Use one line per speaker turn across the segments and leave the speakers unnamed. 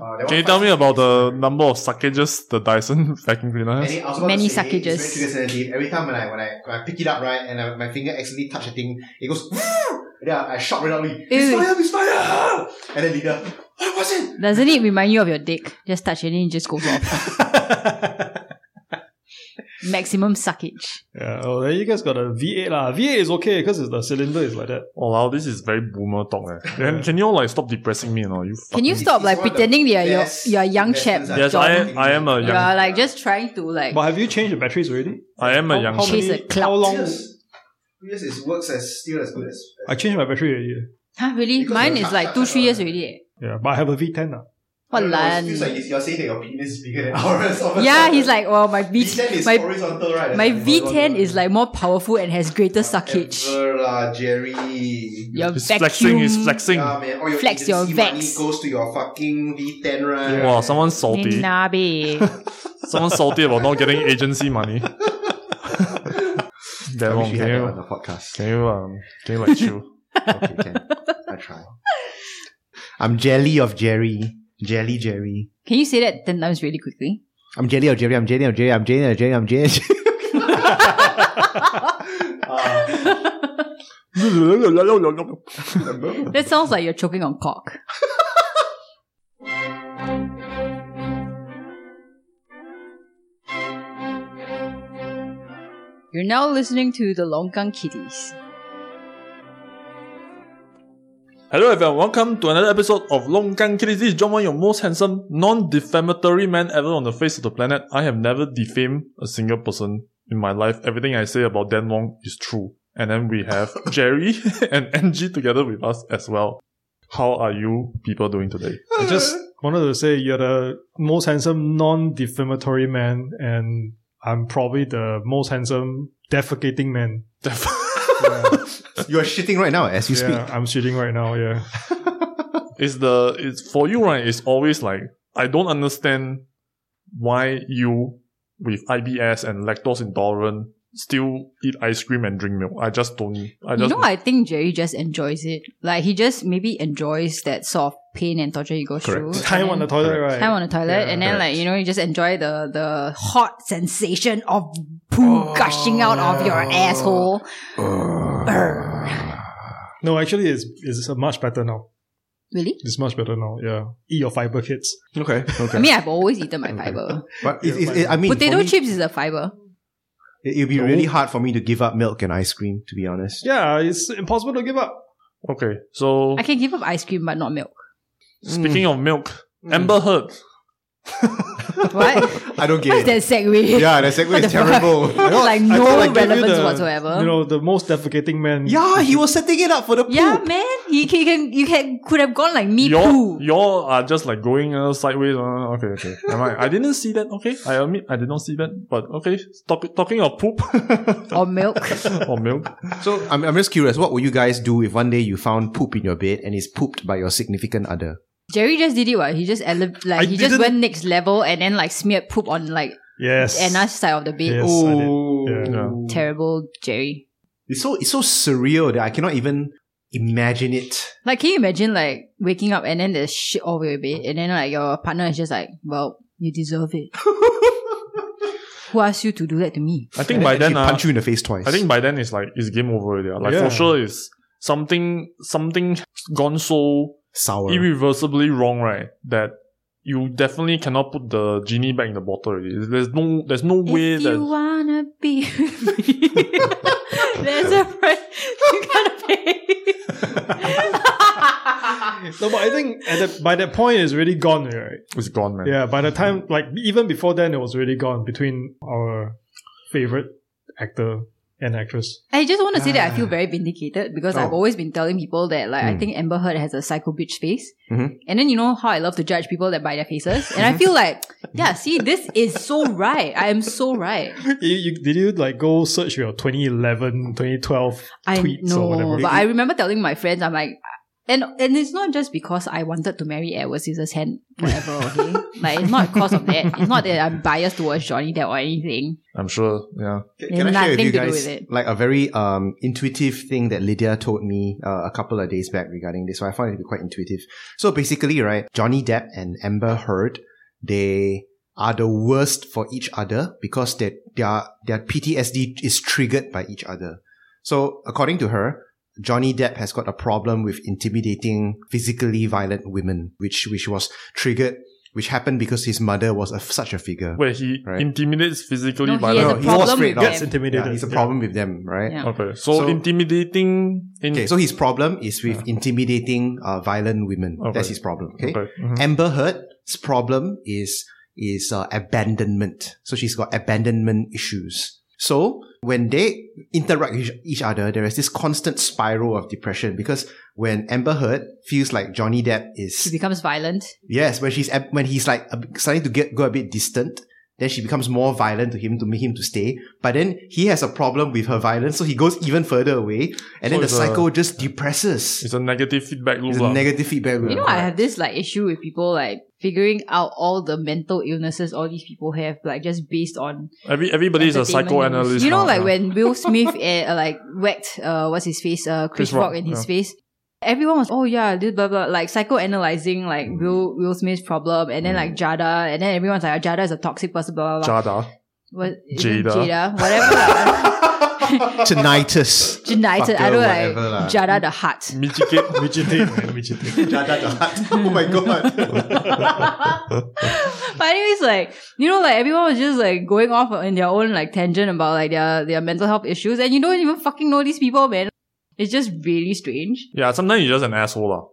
Uh, that
Can you
one
tell me
quite-
about the number of suckages the Dyson vacuum cleaner has?
Many, I was about
Many
to say,
suckages.
It's very trigger sensitive. Every time when I when I, when I pick it up right and I, my finger accidentally touch the thing, it goes. and then I, I shout randomly. It's
Ew.
fire! It's fire! And then leader, what was it?
Doesn't it remind you of your dick? Just touch it and it just goes off. Maximum suckage.
Yeah. Oh, then you guys got a V8 lah. V8 is okay because the cylinder is like that.
Oh wow, this is very boomer talk. Eh. Can, can you all like stop depressing me now? You
Can you
It's-
stop
it's
like
one of the
pretending that you're
best
you're a young chap?
investments
Yes,
I've
I
done
am-
in-
I am a
You
young-
are like just trying to like.
But have you changed the batteries already?
I am a
How-
young
how
She's
many-
a clout.
How long?
Yes. Yes, it works as still as good as.
I changed my battery already.
Huh, really?
Because
Mine
you
is
touch
like
that
two,
at
three years
all.
already. eh.
Yeah, but I have a V10 now.
What
I don't know,
lan?
It feels like you're saying that your penis is bigger than ours. all of a
Yeah,
sudden.
he's like, oh my V
V10 is
my
horizontal, right?
my V10 is like more powerful and has greater suckage.
Ever, lah, uh, Jerry.
Your
He's
vacuum.
flexing, he's flexing.
Yeah, man. All your
Flex your
agency money
vex.
goes to your fucking V10, right?
Wow, someone's salty.
Ninabe.
Someone's salty about not getting agency money.
I
Damn,
wish
wrong.
we
Can
had that on
you,
the podcast.
can you, um, can you like chill?
okay, can. I try. I'm jelly of Jerry. Jelly Jerry.
Can you say that 10 times really quickly?
I'm jelly of Jerry. I'm jelly of Jerry. I'm jelly of Jerry. I'm jelly. Of Jerry. uh,
That sounds like you're choking on cock. You're now listening to the Longkang Kitties.
Hello everyone, welcome to another episode of Longgang Kitties. This is John Wan, your most handsome, non-defamatory man ever on the face of the planet. I have never defamed a single person in my life. Everything I say about Dan Wong is true. And then we have Jerry and Angie together with us as well. How are you people doing today?
I just wanted to say you're the most handsome non-defamatory man, and I'm probably the most handsome defecating man.
Def-
You're shitting right now as you
yeah, I'm shitting right now. Yeah,
it's the it's for you right? It's always like I don't understand why you with IBS and lactose intolerant still eat ice cream and drink milk. I just don't. I
You
just
know, I think Jerry just enjoys it. Like, he just maybe enjoys that sort of pain and torture he goes
Correct.
through.
The
time
and
on the
then-
toilet, right?
Time on the toilet,
Yeah.
and then
Correct.
like you know, you just enjoy the the hot sensation
Oh,
of poo gushing out of your asshole.
No, actually, it's it's much better now.
Really?
It's much better now. Yeah, eat your fiber, kids.
Okay, okay.
I mean, I've always eaten my fiber.
But it, it, it, I mean,
Potato
for me,
chips is a fiber.
It, it'd be really hard for me to give up milk and ice cream, to be honest.
Yeah, it's impossible to give up.
okay. So
I can give up ice cream, but not milk.
speaking of milk, Amber Heard.
What?
I don't
What's
get
that
it.
segue?
Yeah, that segue
What
is
the fuck?
terrible.
like
I
no
feel like gave you
relevance
the-
whatsoever.
You know, the most defecating man.
yeah, he was setting it up for the poop.
yeah, man. You can, you can you can could have gone like me
Y'all,
too.
y'all are just like going uh, sideways. Uh, okay, okay. Am I? I didn't see that. Okay, I admit I did not see that. But okay, Talk, talking of poop
Or milk.
or milk.
So I'm, I'm just curious, what would you guys do if one day you found poop in your bed and it's pooped by your significant other?
Jerry just did it. What he just ele- like
I
he just
didn't-
went next level and then like smeared poop on like
Yes.
Anna's side of the bed. Oh,
Yes, I did. Yeah.
Terrible, Jerry.
It's so it's so surreal that I cannot even imagine it.
Like, can you imagine like waking up and then there's shit all over your bed, and then like your partner is just like, "Well, you deserve it." Who asked you to do that to me?
I think by then,
she
uh,
punch you in the face twice.
I think by then it's like it's game over. Yeah. Like
Yeah.
for sure, it's something something gone so
sour.
irreversibly wrong, right? That you definitely cannot put the genie back in the bottle. Already. There's no there's no way
if
that
you wanna be with me, there's a price you gotta pay.
No, but I think at that, by that point it's really gone, right?
it's gone, man.
Yeah, by the time, like, even before then, it was already gone between our favorite actor and actress.
I just want to say that I feel very vindicated because I've
Oh.
always been telling people that like I
Mm.
think Amber Heard has a psycho bitch face,
Mhm.
and then you know how I love to judge people that by their faces, and I feel like yeah, see, this is so right. I am so right.
You, you, did you, like, go search your 2011, 2012
I
tweets
know,
or whatever?
but I remember telling my friends, I'm like, And and it's not just because I wanted to marry Edward Scissorhands forever, okay? like it's not because of that. It's not that I'm biased towards Johnny Depp or anything.
I'm sure. Yeah.
Can,
There's
can I share with
nothing
you
to do
guys
with it.
like a very um, intuitive thing that Lydia told me uh, a couple of days back regarding this? So I found it to be quite intuitive. So basically, right, Johnny Depp and Amber Heard, they are the worst for each other because their their their PTSD is triggered by each other. So according to her, Johnny Depp has got a problem with intimidating, physically violent women, which which was triggered, which happened because his mother was a, such a figure.
Where he
Right.
intimidates physically
No,
by
he has
No,
a
he was
problem
straight
with
out.
Gets
them.
intimidated.
Yeah, it's a
Yeah.
problem with them, right?
Yeah.
Okay. So,
So-
intimidating in
Okay, so his problem is with intimidating uh, violent women.
Okay.
That's his problem. Okay,
Okay, mhm.
Amber Heard's problem is is uh, abandonment. So she's got abandonment issues. So when they interact with each other, there is this constant spiral of depression because when Amber Heard feels like Johnny Depp
He
is
becomes violent.
yes, when she's ab- when he's like a bit- starting to get go a bit distant. Then she becomes more violent to him to make him to stay. But then he has a problem with her violence, so he goes even further away. And
So
then the
it's a-
cycle just depresses.
It's a negative feedback loop.
It's a
lah.
negative feedback loop.
You know, I have this like issue with people like figuring out all the mental illnesses all these people have, like just based on
Every, everybody is a
entertainment
psychoanalyst.
news. You know,
now,
like
yeah.
when Will Smith uh, like whacked uh, what's his face, uh, Chris,
Chris Rock,
Rock in his
yeah.
face. Everyone was oh yeah, dude, blah blah, like psychoanalyzing like Will Will Smith's problem, and then like
Mm.
Jada, and then everyone's like "Oh, Jada is a toxic person, blah blah blah.
Jada.
What, is it
Jada.
Jada, whatever. lah.
Tinnitus.
Janited, I
Fucker,
don't
whatever lah.
like Jada the heart.
Mitigate.
Midgeting, man, midgeting.
oh my god.
but anyways, like you know, like everyone was just like going off in their own like tangent about like their their mental health issues, and you don't even fucking know these people, man. It's just really strange.
yeah, sometimes you're just an asshole. lah.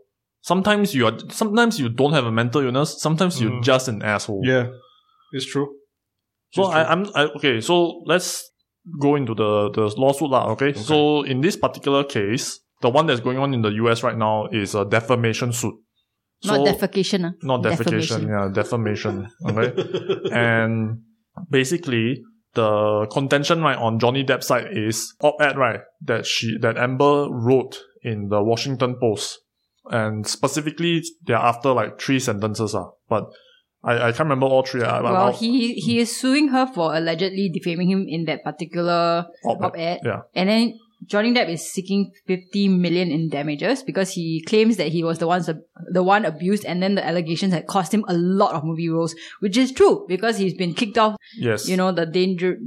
Sometimes you are. Sometimes you don't have a mental illness. Sometimes you're
Mm.
just an asshole.
Yeah, it's true.
So
It's
I,
true.
I'm I, okay. So let's go into the the lawsuit lah. Okay? So in this particular case, the one that's going on in the US right now is a defamation suit.
Not
So-
defecation, ah.
Not defecation.
Defamation.
Yeah, defamation. Okay. and basically, the contention right on Johnny Depp's side is op-ed right that she that Amber wrote in the Washington Post, and specifically they're after like three sentences ah. But I, I can't remember all three. I,
Well, he he is suing her for allegedly defaming him in that particular
op
op-ed,
Yeah.
and then Johnny Depp is seeking fifty million in damages because he claims that he was the ones the one abused, and then the allegations had cost him a lot of movie roles, which is true because he's been kicked off.
Yes.
You know the dangerous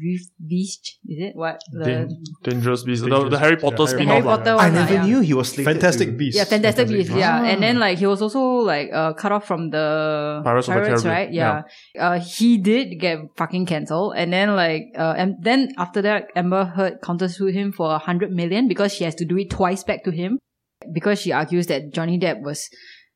Beast- beast, is it what the
Dan- Dangerous Beast. The- The,
Dangerous-
Harry Potter
yeah, Harry
spin
Harry
off.
Potter
I
one, lah,
never
yeah.
knew he was slated
Fantastic
to-
Beast.
Yeah, Fantastic Beast. Yeah,
Beasts.
and then like he was also like uh, cut off from the
Pirates of the Caribbean,
right? Yeah, Uh, he did get fucking cancelled, and then like uh, and then after that, Amber Heard countersued him for a hundred million because she has to do it twice back to him because she argues that Johnny Depp was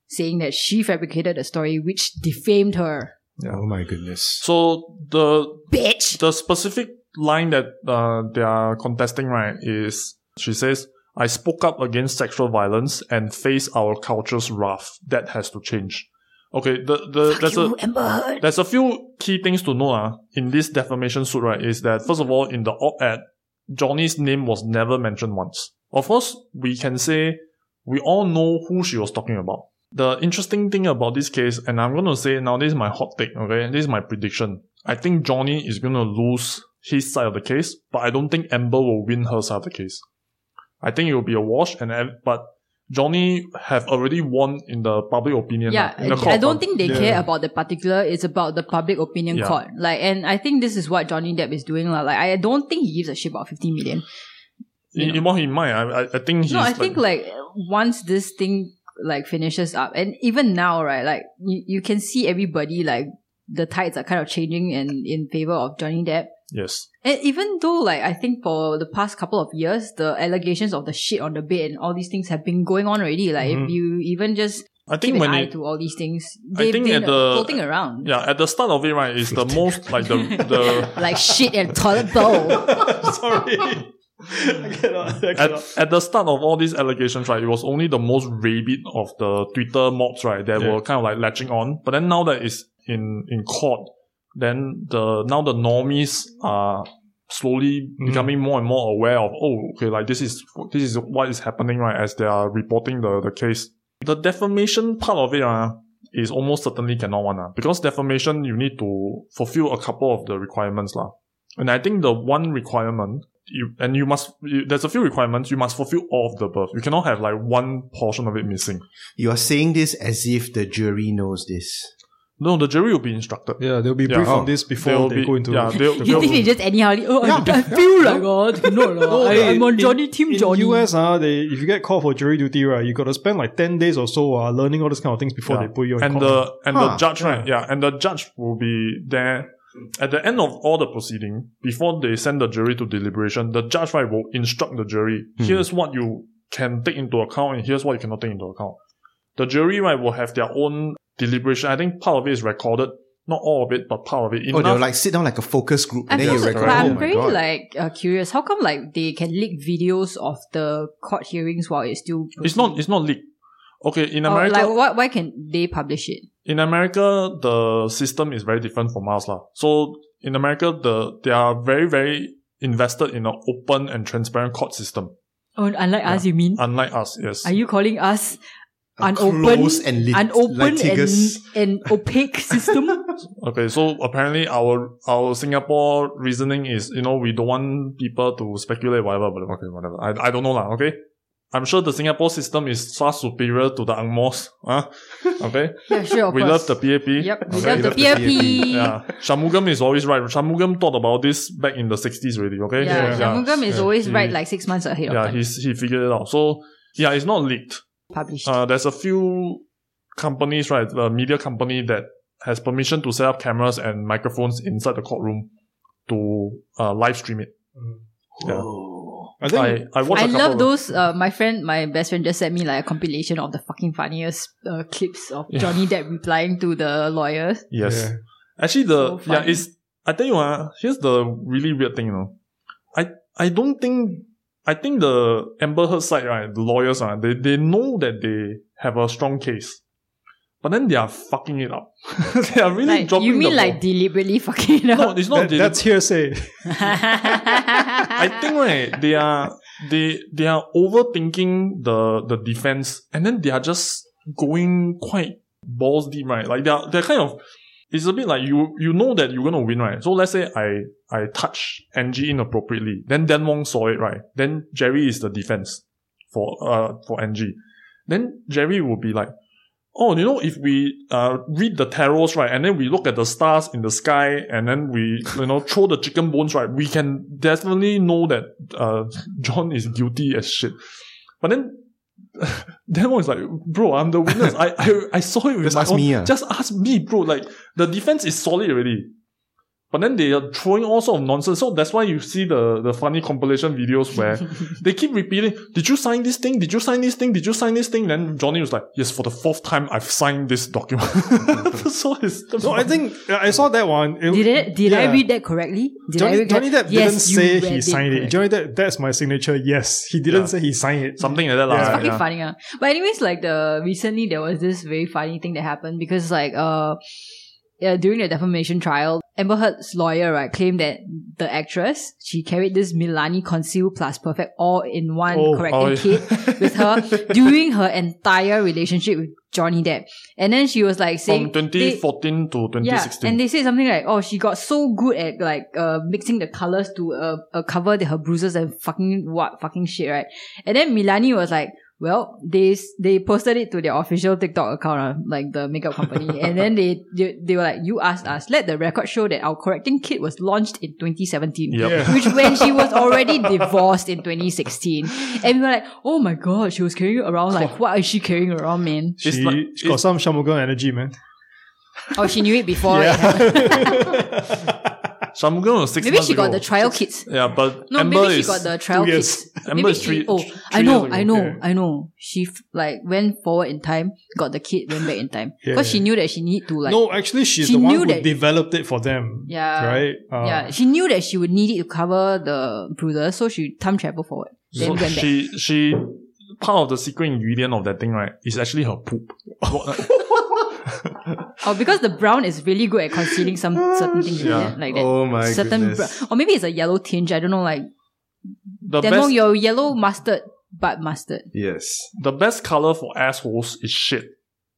saying that she fabricated a story which defamed her.
Oh my goodness.
So the
Bitch.
the specific line that uh, they are contesting right is she says I spoke up against sexual violence and face our culture's wrath. That has to change. Okay, the the
Fuck
that's
you,
a
Amber Heard.
there's a few key things to know ah, in this defamation suit, right? Is that first of all, in the op-ed, Johnny's name was never mentioned once. Of course, we can say we all know who she was talking about. The interesting thing about this case, and I'm gonna say now, this is my hot take, okay? This is my prediction. I think Johnny is gonna lose his side of the case, but I don't think Amber will win her side of the case. I think it will be a wash, and ev- but Johnny have already won in the public opinion.
Yeah,
ah, in the
I
court, ah.
don't think they
Yeah.
care about the particular. It's about the public opinion
Yeah.
court. Like, and I think this is what Johnny Depp is doing. lah. Like, I don't think he gives a shit about 50 million. you
In, in what he might, I, I- I think he's
No, I
like-
think like once this thing like finishes up, and even now, right? Like, you, you can see everybody like the tides are kind of changing and in favor of Johnny Depp.
Yes.
And even though, like, I think for the past couple of years, the allegations of the shit on the bed and all these things have been going on already. Like, if
Mhm.
you even just
Mm-hmm. I
keep
think
an
when
eye
it,
to all these things,
I
they've
think
been
at the-
floating around.
yeah, at the start of it, right, is the most like the the
like shit and toilet bowl.
Sorry. I cannot. I
at,
cannot.
at the start of all these allegations, right, it was only the most rabid of the Twitter mobs, right, that
Yeah.
were kind of like latching on. But then now that it's in in court, then the now the normies are slowly
Mm.
becoming more and more aware of oh okay like this is this is what is happening right as they are reporting the, the case the defamation part of it uh, is almost certainly cannot one uh, because defamation you need to fulfill a couple of the requirements lah. and i think the one requirement you, and you must you, there's a few requirements you must fulfill all of the above you cannot have like one portion of it missing
You are saying this as if the jury knows this.
no the jury will be instructed
Yeah, they'll be
Yeah.
briefed
Oh.
on this before
They'll
they
be-
go into.
yeah, they'll-
the
You
they'll-
courtroom.
think they just anyhow? Oh, I,
Yeah.
I feel like oh, cannot lah.
No,
I,
like,
I'm on
in-
Johnny Team
in
Johnny.
US, uh, they if you get called for jury duty, right, you got to spend like ten days or so uh, learning all these kind of things before
Yeah.
they put you in
and
court.
the and
Huh.
the judge right yeah and the judge will be there at the end of all the proceeding before they send the jury to deliberation the judge right will instruct the jury
Hmm.
here's what you can take into account and here's what you cannot take into account the jury right will have their own deliberation i think part of it is recorded not all of it but part of it
Oh,
enough
they'll like sit down like a focus group
I'm
and then you
also-
record.
but I'm
oh my
very
God.
like uh, curious. How come like they can leak videos of the court hearings while it's still?
it's not it's not leaked okay in
Or,
america
Oh, like why, why can they publish it?
in America, the system is very different from ours. lah. So in America, the they are very, very invested in an open and transparent court system,
Oh, unlike us, you mean?
unlike us, yes.
Are you calling us
A
unopened-
close and lit-
an open and,
litigious-
and opaque system?
okay, so apparently our our Singapore reasoning is, you know, we don't want people to speculate, whatever, but okay, whatever. I, I don't know, lah, okay? I'm sure the Singapore system is far superior to the Angmos, huh? Okay?
yeah, sure. of
we love
course.
the PAP.
Yep, we
okay?
love the
love the PAP.
PFP.
Yeah, Shamugam is always right. Shamugam thought about this back in the 60s already, okay?
Yeah,
Yeah.
Shanmugam is
Yeah.
always
He-
right like six months ahead of
Yeah,
time.
he's, he figured it out. So, yeah, it's not leaked.
published.
Uh, there's a few companies, right? A media company that has permission to set up cameras and microphones inside the courtroom to uh, live stream it.
Mm.
yeah.
Oh.
I think
I, I watched
I
a couple
love
of-
those. Uh, my friend, my best friend, just sent me like a compilation of the fucking funniest uh, clips of
Yeah.
Johnny Depp replying to the lawyers.
Yes.
yeah.
Actually, the
So
yeah,
funny.
it's I tell you what, here's the really weird thing, you know. I I don't think I think the Amber Heard side, right, the lawyers, right, they they know that they have a strong case, but then they are fucking it up. they are really
Like,
dropping.
you mean
the
like
ball.
deliberately fucking it
no,
up?
it's not.
That-
deli-
that's hearsay.
I think right, they are they they are overthinking the the defense, and then they are just going quite balls deep, right? Like they are they're kind of it's a bit like you you know that you're gonna win, right? So let's say I I touch Angie inappropriately, then Dan Wong saw it, right? Then Jerry is the defense for uh for Angie. Then Jerry will be like, oh, you know, if we uh, read the tarots, right, and then we look at the stars in the sky, and then we, you know, throw the chicken bones, right, we can definitely know that uh, John is guilty as shit. But then, then was like, bro, I'm the witness. I, I, I saw it with
Just
my
ask
own.
me, ah.
Just ask me, bro. Like, the defense is solid already. But then they are throwing all sort of nonsense. So that's why you see the, the funny compilation videos where they keep repeating, Did you sign this thing? Did you sign this thing? Did you sign this thing? Then Johnny was like, Yes, for the fourth time, I've signed this document. so it's.
No, I think I saw that one. It-
Did it? Did I
yeah.
read that correctly? Did I
Johnny,
read
Johnny Depp
Yes,
didn't
you
say
read
he signed it.
correctly.
Johnny Depp, that's my signature. Yes, he didn't
Yeah.
say he signed it.
something like that.
Yeah.
lah.
It's
It's fucking
yeah.
funny, uh. But anyways, like the recently there was this very funny thing that happened because like uh, yeah, during the defamation trial, Amber Heard's lawyer right claimed that the actress she carried this Milani Conceal Plus Perfect all in one
Oh,
correcting
oh, yeah.
kit with her during her entire relationship with Johnny Depp, and then she was like saying
From
they-
2014 to
yeah,
2016.
and they say something like, "Oh, she got so good at like uh mixing the colors to uh, uh cover the, her bruises and fucking what fucking shit, right?" And then Milani was like, "Well, they s- they posted it to their official TikTok account, uh, like the makeup company, and then they, they they were like, you asked us, let the record show that our correcting kit was launched in 2017."
Yep.
Yeah.
Which when she was already divorced in 2016, and we were like, "Oh my god, she was carrying around like what is she carrying around, man?
She,
It's like-
she got some Shamugan energy, man.
Oh, she knew it before. it happened.
Yeah.
Shanmugam was six
Maybe
months
she got
ago.
the trial kits.
Yeah, but
No,
Amber
maybe she
is.
got the trial
two
kits.
years.
Amber
maybe
is three-
she, oh,
three
I know,
years
I
ago,
know,
yeah.
I know. She f- like went forward in time, got the kid, went back in time
Yeah.
because she knew that she need to like.
no, actually, she's
She
the one
knew
who
that-
developed it for them.
Yeah.
Right? Uh,
Ah.
Yeah, she knew that she would need it to cover the bruises, so she time travel forward, then
so
went back.
she, she, part of the secret ingredient of that thing, right, is actually her poop.
Oh, because the brown is really good at concealing some certain things,
Yeah.
isn't it? Like that.
Oh my
certain
goodness.
br- or maybe it's a yellow tinge. I don't know. Like
The
demo
best,
your yellow mustard, but mustard.
Yes.
the best color for assholes is shit,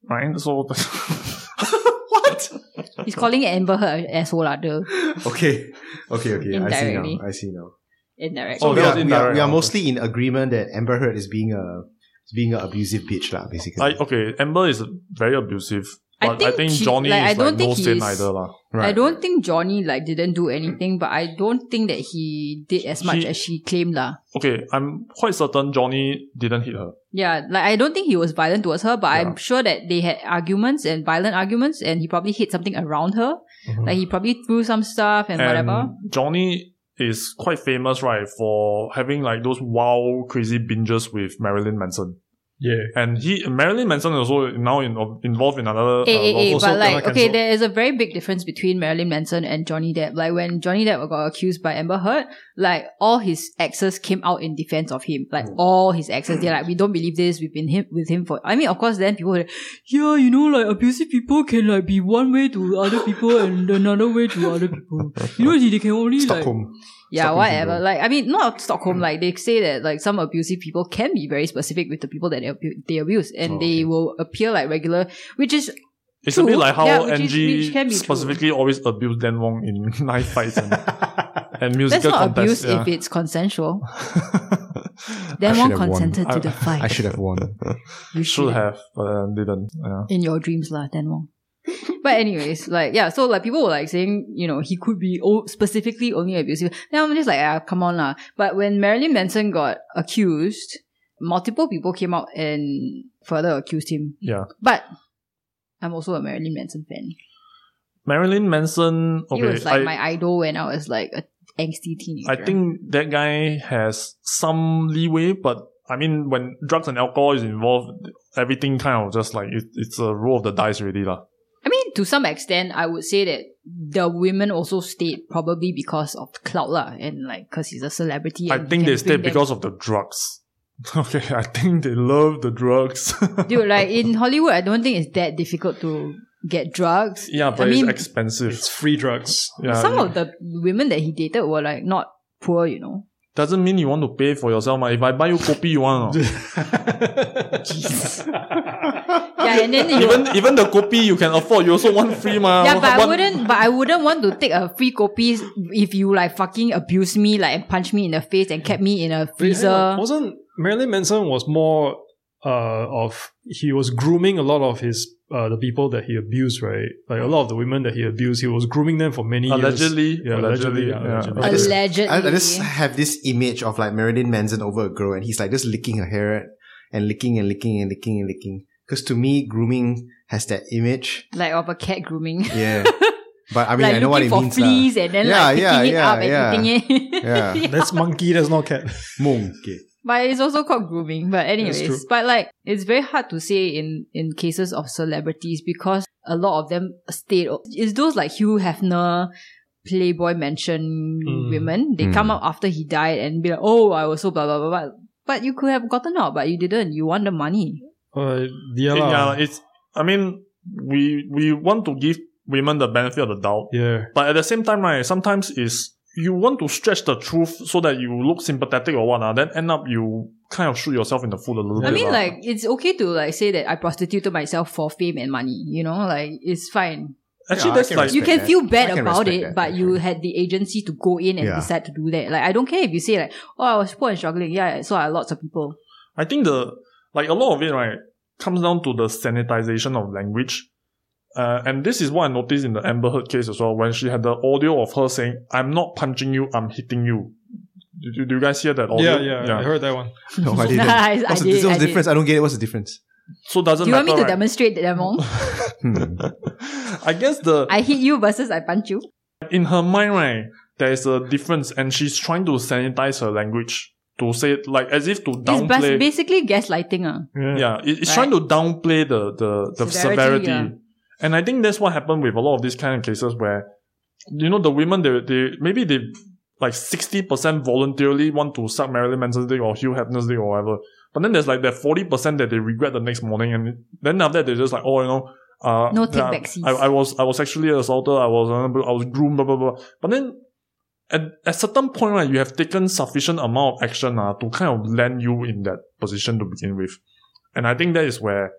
right? So what?
He's calling Amber her an asshole lah, the
Okay. Okay. Okay. I see
Indirectly.
now. I see now.
indirect.
So
Oh,
we,
that was
are, we, are,
indirect,
we are
okay.
mostly in agreement that Amber Heard is being a is being an abusive bitch, lah. Basically.
I, okay, Amber is very abusive,
I
but I think,
think he-
Johnny
like, I
is
don't
like
think
no sin
he's-
either lah.
right.
I don't think Johnny like didn't do anything, but I don't think that he did as much
He-
as she claimed lah.
Okay, I'm quite certain Johnny didn't hit her.
Yeah, like I don't think he was violent towards her, but
Yeah.
I'm sure that they had arguments and violent arguments, and he probably hit something around her.
Mhm.
Like he probably threw some stuff and, whatever.
Johnny is quite famous, right, for having like those wild, crazy binges with Marilyn Manson.
Yeah.
And he Marilyn Manson is also now in, involved in
uh,
another.
Eh, eh,
lawsuit.
eh,
also
but like,
kena
okay,
cancelled.
there is a very big difference between Marilyn Manson and Johnny Depp. Like when Johnny Depp got accused by Amber Heard, like all his exes came out in defense of him. Like
Oh.
all his exes, they're like, we don't believe this. We've been him with him for. I mean, of course, then people, were like, yeah, you know, like abusive people can like be one way to other people and another way to other people. You know, they can only like
Stockholm.
yeah,
Stockholm
whatever.
syndrome.
Like I mean, not Stockholm. Like they say that like some abusive people can be very specific with the people that they, abu- they abuse, and
Oh, okay.
they will appear like regular, which is
It's a
True.
bit like how
Yeah, which is-
Angie
which can be true.
specifically always abused Dan Wong in knife fights and, and
That's
musical
not
contests.
abuse
yeah.
if it's consensual.
I
Then
should
one
have won.
consented
I-
to the fight.
I should have won.
You
Should
shouldn't.
have, but uh, didn't. Yeah.
in your dreams lah. Then one. But anyways, like yeah, so like people were like saying, you know, he could be o- specifically only abusive. Then I'm just like, ah, come on lah. But when Marilyn Manson got accused, multiple people came out and further accused him.
Yeah.
But I'm also a Marilyn Manson fan.
Marilyn Manson. Okay,
he was
I,
like my idol when I was like a angsty teenager.
I think that guy has some leeway, but I mean, when drugs and alcohol is involved, everything kind of just like it, it's a roll of the dice already, lah.
I mean, to some extent, I would say that the women also stayed probably because of clout lah, and like because he's a celebrity.
I
and he
think
can
they stayed
bring them-
because of the drugs. Okay, I think they love the drugs.
dude, like in Hollywood, I don't think it's that difficult to get drugs.
yeah, but
mean-
it's expensive.
It's free drugs.
yeah,
Some of the women that he dated were like not poor, you know.
doesn't mean you want to pay for yourself, mah. If I buy you kopi, you want. or not?
Yeah, and then you.
even uh, even the kopi you can afford, you also want free, mah.
Yeah, but I
What-
wouldn't. But I wouldn't want to take a free copy if you like fucking abused me, like and punched me in the face and kept me in a freezer.
Wasn't Marilyn Manson was more uh of he was grooming a lot of his uh the people that he abused, right? Like a lot of the women that he abused, he was grooming them for many years.
Allegedly,
Yeah,
allegedly,
allegedly,
yeah.
allegedly.
I just-
Allegedly,
I, I just have this image of like Marilyn Manson over a girl, and he's like just licking her hair and licking and licking and licking and licking. Because to me, grooming has that image.
like of a cat grooming.
Yeah. But I mean,
like
I know what
looking
it means.
for
lah.
fleas and then
Yeah,
like picking
yeah,
it
yeah,
up and eating it.
Yeah.
That's monkey, that's not cat.
Monkey.
But it's also called grooming. But
true.
anyways, but like it's very hard to say in in cases of celebrities because a lot of them stayed. It's those like Hugh Hefner, Playboy Mansion
Mm.
women. They come
Mm.
out after he died and be like, "Oh, I was so blah blah blah blah." But you could have gotten out, but you didn't. You want the money.
Uh, yeah,
It-
lah.
yeah, it's. I mean, we we want to give women the benefit of the doubt,
yeah.
but at the same time, right? Sometimes is you want to stretch the truth so that you look sympathetic or what, ah, then end up you kind of shoot yourself in the foot a little
Yeah.
I
bit.
mean,
lah.
like it's okay to like say that I prostituted myself for fame and money. You know, like it's fine.
actually,
Yeah, I
that's
can
like
you
respect
can
that.
feel
I
bad
can
about
respect
it,
that,
but you
actually.
had the agency to go in and
Yeah.
decide to do that. Like I don't care if you say like, "Oh, I was poor and struggling." Yeah, so are lots of people.
I think the like a lot of it right comes down to the sanitization of language. Uh, and this is what I noticed in the Amber Heard case as well when she had the audio of her saying, "I'm not punching you, I'm hitting you." Do, do, do you guys hear that audio?
yeah, yeah, I heard that one.
No, I didn't.
I
What's the,
did,
what's
I
the
did.
difference? I don't get it. What's the difference?
So doesn't
Do you want
matter.
me to
right?
demonstrate the demo?
Hmm.
I guess the
I hit you versus I punch you.
in her mind, right, there is a difference, and she's trying to sanitize her language to say it like as if to
It's bas-
downplay.
basically gaslighting. Ah,
Yeah.
yeah, it- it's trying to downplay the the, the severity,
Severity, yeah.
and I think that's what happened with a lot of these kind of cases where, you know, the women they they maybe they like sixty percent voluntarily want to suck Marilyn Manson's dick or Hugh Hefner's dick or whatever, but then there's like that forty percent that they regret the next morning, and then after that they're just like, oh, you know. uh,
No take
yeah,
backsies.
I, I was I was actually assaulted. I was uh, I was groomed. Blah blah blah. But then at at certain point, right, you have taken sufficient amount of action uh, to kind of land you in that position to begin with, and I think that is where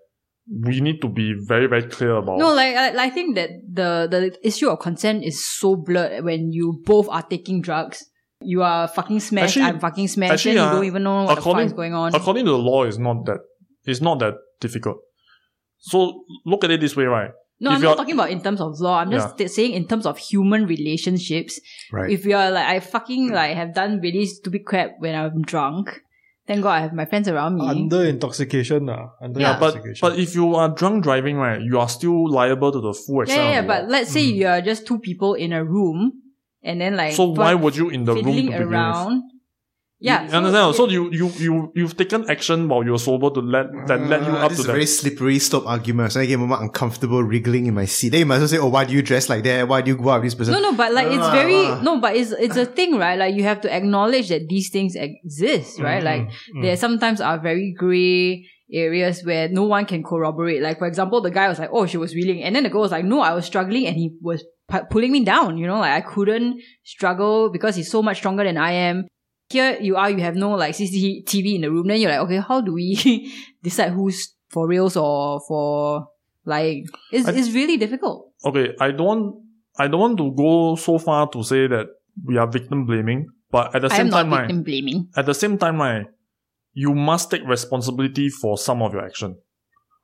we need to be very very clear about.
No, like I, I think that the the issue of consent is so blurred when you both are taking drugs. You are fucking smashed.
Actually-
I'm fucking smashed.
actually,
and you
uh,
don't even know what the fuck
according-
is going on.
according to the law, it's not that it's not that difficult. So look at it this way, right?
No,
if
I'm
you're-
not talking about in terms of law. I'm just t- saying in terms of human relationships.
Right.
If you're like, I fucking like have done really stupid crap when I'm drunk. Thank God I have my friends around me.
Under intoxication, uh, under
Yeah,
But
intoxication.
but if you are drunk driving, right, you are still liable to the full
yeah,
extent.
yeah, yeah,
of the law. Hmm.
but let's say you are just two people in a room, and then like
so why
fuck
would you in the room to
fiddling
begin with?
around? Yeah,
you, you understand? So you you you you've taken action while you're sober to let that let you
Uh,
up
this
to
is a very
that.
slippery slope argument. So I get more uncomfortable wriggling in my seat. Then you might as well say, "Oh, why do you dress like that? Why do you go out with this person?"
No, no, but like
No,
it's
Ah,
no,
very
no.
no, but it's it's a thing, right? Like you have to acknowledge that these things exist, right?
Mm-hmm,
Like there sometimes are very gray areas where no one can corroborate. Like for example, the guy was like, "Oh, she was reeling," and then the girl was like, "No, I was struggling," and he was pu- pulling me down. You know, like I couldn't struggle because he's so much stronger than I am. Here you are, you have no like CCTV in the room. Then you're like, okay, how do we decide who's for reals or for like? It's
I-
it's really difficult.
Okay, I don't want I don't want to go so far to say that we are victim blaming, but at the
I am
same
not
time, right,
victim blaming.
at the same time, right, you must take responsibility for some of your action. And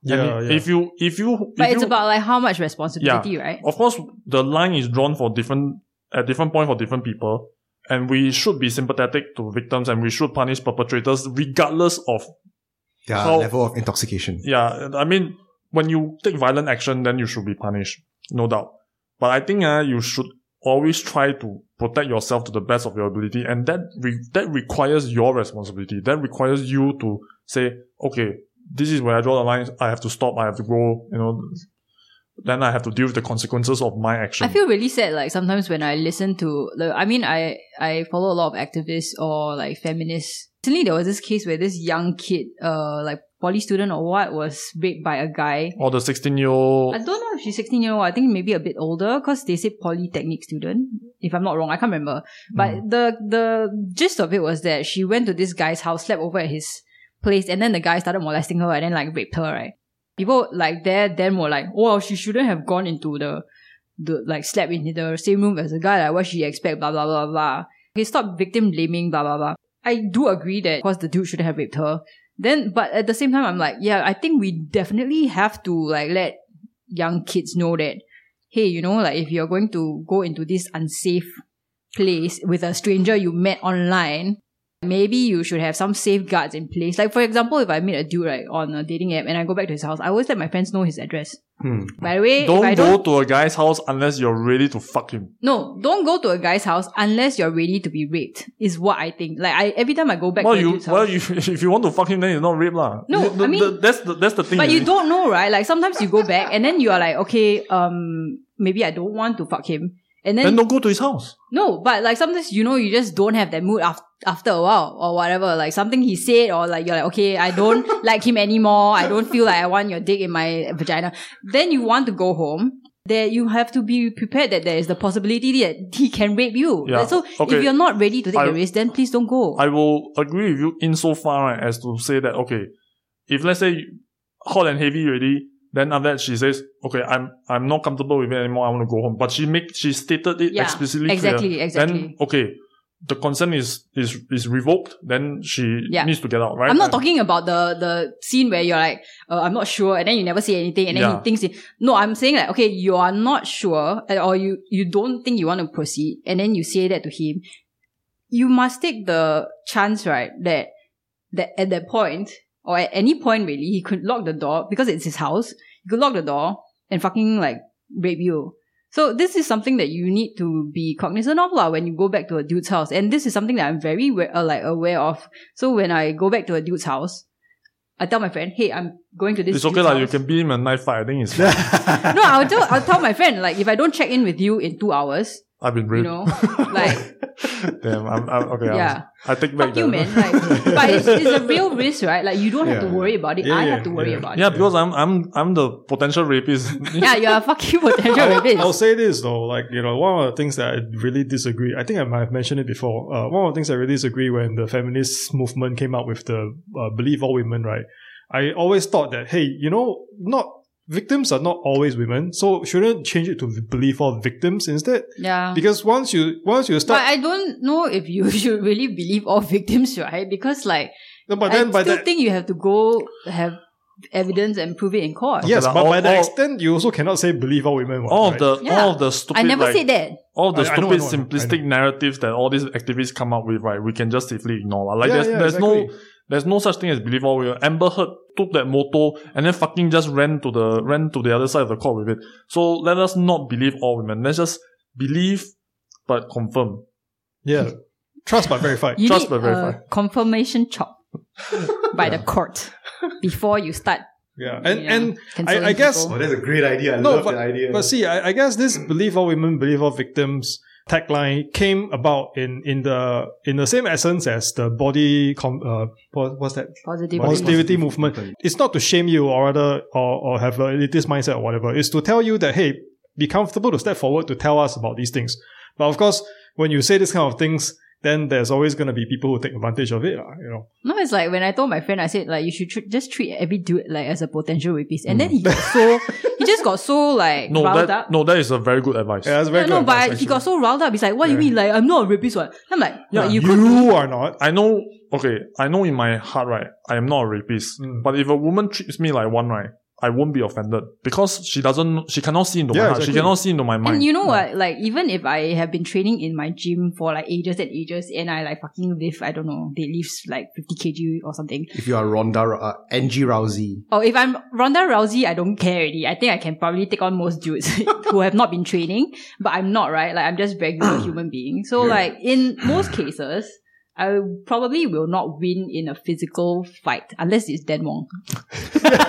yeah,
i-
yeah.
If you if you
But
if
it's
you-
about like how much responsibility, right?
of course the line is drawn for different at different point for different people and we should be sympathetic to victims and we should punish perpetrators regardless of
Their
How-
level of intoxication.
yeah i mean when you take violent action then you should be punished no doubt but i think uh, you should always try to protect yourself to the best of your ability and that re- that requires your responsibility that requires you to say okay this is where i draw the line i have to stop i have to go you know then i have to deal with the consequences of my action
I feel really sad. Like sometimes when I listen to, like, I mean, I I follow a lot of activists or like feminists. Recently, there was this case where this young kid, uh, like poly student or what, was raped by a guy.
or the 16 year old
I don't know if she's sixteen year old. I think maybe a bit older because they said polytechnic student. If I'm not wrong, I can't remember. But the the gist of it was that she went to this guy's house, slept over at his place, and then the guy started molesting her and then like raped her. Right? People like there then were like, "Oh, she shouldn't have gone into the the like slept in the same room as the guy. Like what she expect? Blah blah blah blah." Okay, stop victim blaming. Blah blah blah. I do agree that of course the dude shouldn't have raped her. Then, but at the same time, I'm like, yeah, I think we definitely have to like let young kids know that, hey, you know, like if you're going to go into this unsafe place with a stranger you met online, maybe you should have some safeguards in place. Like, for example, if I meet a dude right on a dating app and I go back to his house, I always let my friends know his address.
Hmm.
By the way, if I
don't
don't,
go to a guy's house unless you're ready to fuck him
no, don't go to a guy's house unless you're ready to be raped. Is what I think. Like, I every time I go back
well
to a
you
dude's
well
house,
you, if you want to fuck him then it's not rape lah
No,
The-
I mean-
the- that's the that's the thing
But
is-
you don't know, right? Like sometimes you go back and then you are like, okay, um, maybe I don't want to fuck him. And then
then don't go to his house
No, but like sometimes you know you just don't have that mood after after a while or whatever. Like something he said or like you're like okay, I don't like him anymore. I don't feel like I want your dick in my vagina. Then you want to go home. There you have to be prepared that there is the possibility that he can rape you.
Yeah,
So if
okay.
you're not ready to take the
I-
risk, then please don't go.
I will agree with you insofar right, as to say that okay, if let's say hot and heavy already, then after that she says, okay, I'm I'm not comfortable with it anymore. I want to go home. But she make she stated it
Yeah,
explicitly clear.
exactly, exactly.
Then okay, the consent is is is revoked. Then she
Yeah.
needs to get out. Right.
I'm not
Uh,
talking about the the scene where you're like, uh, I'm not sure, and then you never say anything, and then
Yeah.
he thinks it. No, I'm saying like, okay, you are not sure, and- or you you don't think you want to proceed, and then you say that to him. You must take the chance, right? That that at that point or at any point really, he could lock the door because it's his house. He could lock the door and fucking like rape you. So this is something that you need to be cognizant of lah when you go back to a dude's house, and this is something that I'm very wa- uh, like aware of. So when I go back to a dude's house, I tell my friend, "Hey, I'm going to this."
It's okay
dude's
lah. You
house."
can beat him a knife fight. I think it's. Fine.
No, I'll tell I'll tell my friend like if I don't check in with you in two hours,
I've been
you
raped.
know, like
Damn, I'm, I'm okay. I'll-
Yeah.
I take back
Fuck you,
that.
man. Like, but it's, it's a real risk, right? Like, you don't have
Yeah.
to worry about it.
Yeah,
I
yeah,
have to worry
yeah.
about
yeah,
it.
because I'm I'm I'm the potential rapist.
Yeah, you're a fucking potential rapist.
I'll say this though, like you know, one of the things that I really disagree. I think I might have mentioned it before. Uh, one of the things I really disagree when the feminist movement came out with the uh, "believe all women," right? I always thought that hey, you know, not victims are not always women, so shouldn't change it to "believe all victims" instead.
yeah.
Because once you once you
But
start,
I don't know if you should really believe all victims, right? Because like,
no, but then
I
by
still
that.
think you have to go have evidence and prove it in court.
Yes,
Okay,
but
lah,
by
all-
that
all-
extent, you also cannot say believe all women. what,
all of
right?
the
Yeah.
all of the stupid
I never
like,
said that.
all the
I- I know, I
stupid
know, I know, I
simplistic narratives that all these activists come up with, right? We can just safely ignore. lah. Like
Yeah,
there's
yeah,
there's no
exactly.
there's no such thing as believe all women. Amber Heard took that motto and then fucking just ran to the ran to the other side of the court with it. So let us not believe all women. Let's just believe but confirm.
yeah, trust but verify.
You
Trust
need
but verify.
a confirmation chop by the court before you start.
Yeah, and
you know,
and
cancelling
I guess-
people.
Oh, that's a great idea. I
No, love but- that But see, I, I guess this "believe all women, believe all victims" tagline came about in in the in the same essence as the body com, uh, what, what's that
positivity.
positivity movement. It's not to shame you or rather or, or have an elitist mindset or whatever. It's to tell you that hey, be comfortable to step forward to tell us about these things. But of course, when you say this kind of things, then there's always going to be people who take advantage of it. lah, You know,
No, it's like when I told my friend, I said like you should tr- just treat every dude like as a potential rapist, and then he got so he just got so like
No,
riled
that
up.
no, that is a very good advice.
yeah, that's very
Yeah, no,
good
but
advice,
he got
actually.
so riled up. He's like, "What do you
Yeah.
mean? Like I'm not a rapist, one." I'm like,
Yeah,
"But you
you,
could."
are not.
I know, okay, I know in my heart, right, I am not a rapist.
Mm.
But if a woman treats me like one, right, I won't be offended because she doesn't, she cannot see into my
Yeah,
heart. She
exactly.
cannot see into my mind.
And you know what? Like even if I have been training in my gym for like ages and ages, and I like fucking lift, I don't know, they lift like 50 kg or something.
If you are Ronda, uh, Angie Rousey,
Or if I'm Ronda Rousey, I don't care already. I think I can probably take on most dudes who have not been training, but I'm not, right? Like I'm just regular human being. So
Yeah.
like in most cases, I probably will not win in a physical fight unless it's Dan Wong.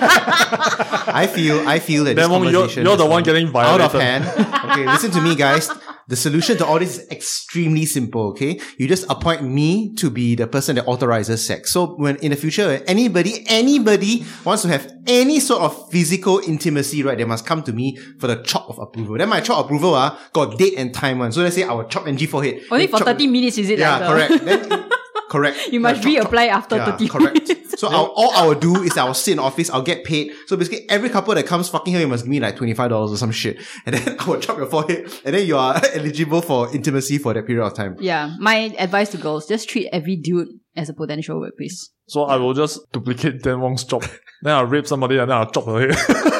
I feel I feel that this
Then Wong, you're,
conversation
you're
is
the one getting
out
violated.
of hand. Okay, listen to me, guys. The solution to all this is extremely simple. Okay, you just appoint me to be the person that authorizes sex. So when in the future, when anybody anybody wants to have any sort of physical intimacy, right? They must come to me for the chop of approval. Then my chop approval ah got date and time one. So let's say I will chop Angie forehead.
Only
Then
for
chop-
30 minutes is it
Yeah,
like the-
correct. Then, correct.
You must
Yeah, chop, chop.
reapply after 30
correct.
minutes.
So I'll, all I will do is I will sit in office, I'll get paid. So basically every couple that comes fucking here, you must give me like $25 or some shit. And then I will chop your forehead and then you are eligible for intimacy for that period of time.
Yeah, my advice to girls: just treat every dude as a potential rapist.
So I will just duplicate Dan Wong's job. then I'll rape somebody and then I'll chop her head.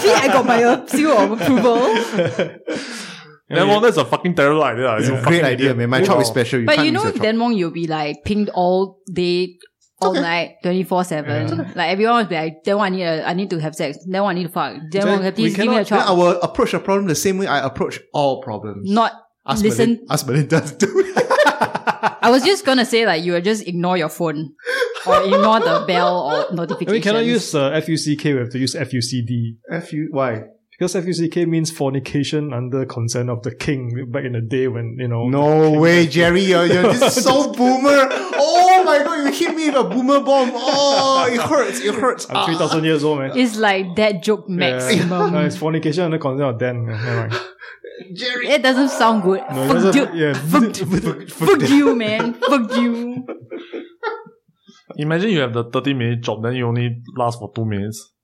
See, I got my uh, seal of approval.
Dan Wong, that's a fucking terrible idea. It's a
Yeah.
fucking
Great idea, man. My
Wow.
chop is special. You
But
can't
you know,
use your chop.
then Wong, you'll be like pinged all day, all night, twenty four seven.
Yeah.
Like everyone will be like, "Then Wong, I need, a, I need to have sex. Then Wong, I need to fuck. Then
Then
Wong,
we
please give me a
cannot-
Then I
chop."
will approach a problem the same way I approach all problems.
Not
ask
listen.
Melinda, ask Melinda to do it.
I was just gonna say like you will just ignore your phone or ignore the bell or notification.
we cannot use uh, FUCK. We have to use FUCD.
F you, why?
Because FUCK means fornication under consent of the king back in the day when, you know.
No way, Jerry. You're, you're this is so boomer. Oh my god, you hit me with a boomer bomb. Oh, it hurts. It hurts. Ah,
I'm 3,000 years old, man.
It's like that joke maximum.
No, it's fornication under consent of then. Yeah, never mind.
Jerry.
It doesn't sound good.
No, it
fuck,
doesn't-
dude.
yeah.
fuck,
Fuck- fuck
fuck you, man. Fuck you.
Imagine you have the 30 minute job, then you only last for two minutes.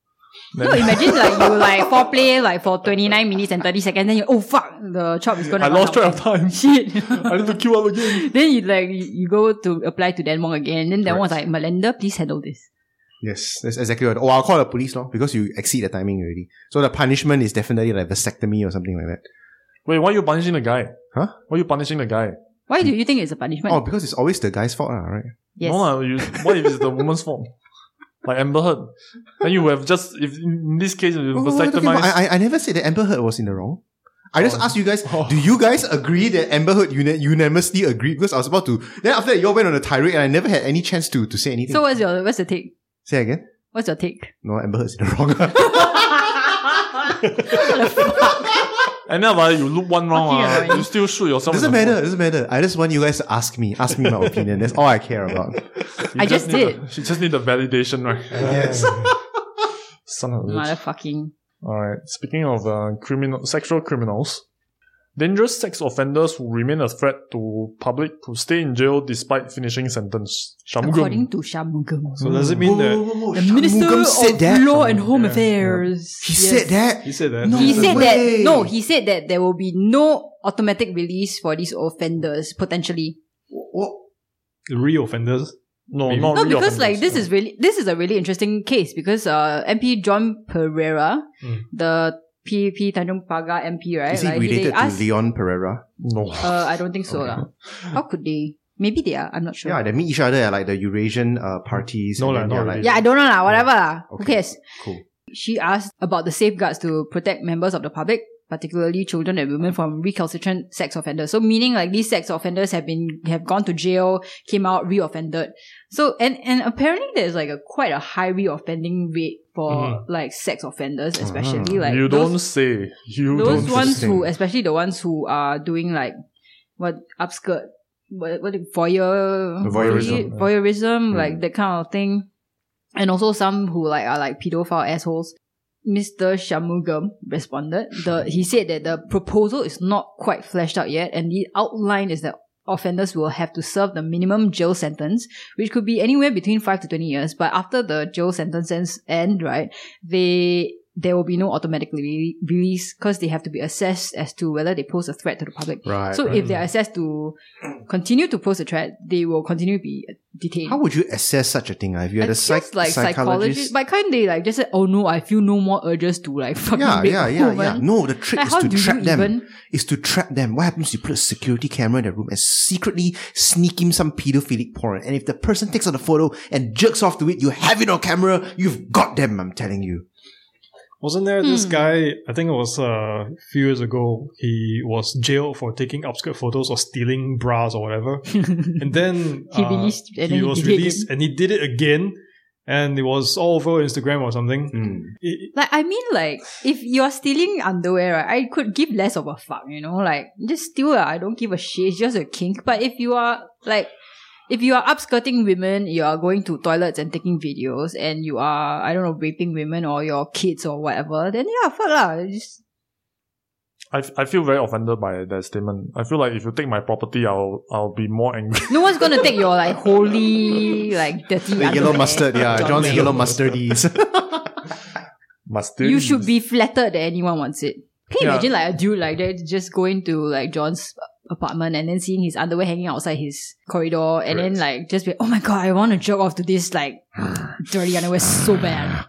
No, imagine like you like foreplay like for 29 minutes and 30 seconds, then you oh fuck, the chop is gonna.
I
run
lost
out.
track of time.
Shit.
I need to queue up again.
then you like you you go to apply to Dan Wong again, then Dan Wong's like, Melinda, please handle this.
Yes, that's exactly what. Or I'll call the police, no? Because you exceed the timing already. So the punishment is definitely like vasectomy or something like that.
Wait, why are you punishing the guy?
Huh?
Why are you punishing the guy?
Why do you think it's a punishment?
Oh, because it's always the guy's fault, lah, right?
yes.
No, lah, you, what if it's the woman's fault? Like Amber Heard. Then you have just, if in this case, you
What- what are you talking about?
vasectomized.
I, I I never said that Amber Heard was in the wrong. I just
Oh.
asked you guys,
Oh.
do you guys agree that Amber Heard uni- unanimously agreed? Because I was about to. Then after that, you all went on a tirade and I never had any chance to, to say anything.
So what's your what's your take?
say again?
What's your take?
No, Amber Heard's in the wrong.
What the fuck?
And then uh, you loop one round,
Fucking
uh,
annoying.
you still shoot yourself. in
Doesn't
the
matter.
foot.
Doesn't matter. I just want you guys to ask me. Ask me my opinion. That's all I care about.
You
I just
need
did.
The, she just need the validation, right?
Yes.
Son of a bitch.
Motherfucking.
All right. Speaking of uh, criminal, sexual criminals, dangerous sex offenders who remain a threat to public who stay in jail despite finishing sentence.
According
Shamgum.
to Shamugam,
So does it mean that
the Minister
Shanmugam said
of
that.
Law and Home
Yeah, yeah.
Affairs.
He
Yes.
said that.
he said that?
No.
He
No
said
way.
that no, he said that there will be no automatic release for these offenders potentially.
What?
Re-offenders.
No,
Maybe.
not
No,
real
because like
offenders.
this is really this is a really interesting case because uh MP John Pereira,
Mm.
the PAP Tanjong Paga MP, right?
Hmm. Is he
like,
related
they
to
asked,
Leon Pereira?
no.
Uh, I don't think so.
Okay.
lah. How could they? Maybe they are. I'm not sure.
Yeah, they meet each other at like the Eurasian uh, parties.
No
and
lah,
then
not
they're
really.
Yeah, I don't know lah. Whatever lah. Who
Okay.
cares?
Cool.
She asked about the safeguards to protect members of the public, particularly children and women from recalcitrant sex offenders. So meaning like these sex offenders have been have gone to jail, came out reoffended. So and and apparently there's like a quite a high reoffending rate for
Mhm.
like sex offenders, especially like
Mm-hmm. you
those,
don't say. You
those
don't
ones
say.
who especially the ones who are doing like what upskirt what what do you- voyeur
The
voyeurism,
voyeur- voyeurism
Mm.
like that kind of thing and also some who like are like pedophile assholes Mr. Shamugam responded. The, he said that the proposal is not quite fleshed out yet, and the outline is that offenders will have to serve the minimum jail sentence, which could be anywhere between five to twenty years. But after the jail sentences end, right, they there will be no automatic re- release because they have to be assessed as to whether they pose a threat to the public.
Right.
So
right.
if they are assessed to continue to pose a threat, they will continue to be detained.
how would you assess such a thing? ah? If you're the
It's
psych-
just like psychologist,
psychologist.
but can't they like just say, "Oh no, I feel no more urges to like fucking
yeah,
rape
yeah,
a
yeah, yeah.
woman."
No, the trick
Like,
is
how
to
do you
trap them.
even-
Is to trap them. What happens? if You put a security camera in the room and secretly sneak him some pedophilic porn. And if the person takes out the photo and jerks off to it, you have it on camera. You've got them. I'm telling you.
Wasn't there this
Hmm.
guy? I think it was uh, a few years ago. He was jailed for taking upskirt photos or stealing bras or whatever. and then
He
uh,
released- and
he
then he
was
did it
released, and he did it again. And it was all over Instagram or something. It-
Like I mean, like if you're stealing underwear, right, I could give less of a fuck, you know. Like just steal, lah. I don't give a shit. It's just a kink. But if you are like, if you are upskirting women, you are going to toilets and taking videos, and you are I don't know raping women or your kids or whatever, then yeah, fuck lah. Just
I, f- I feel very offended by that statement. I feel like if you take my property, I'll I'll be more angry.
no one's gonna take your like holy like dirty
The yellow
underwear.
mustard. Yeah,
John
John's
Wayne.
yellow mustardies.
Must
You should be flattered that anyone wants it. Can you
Yeah.
imagine like a dude like that just going to like John's apartment and then seeing his underwear hanging outside his corridor and then like just be oh my god I want to jerk off to this like dirty underwear so bad.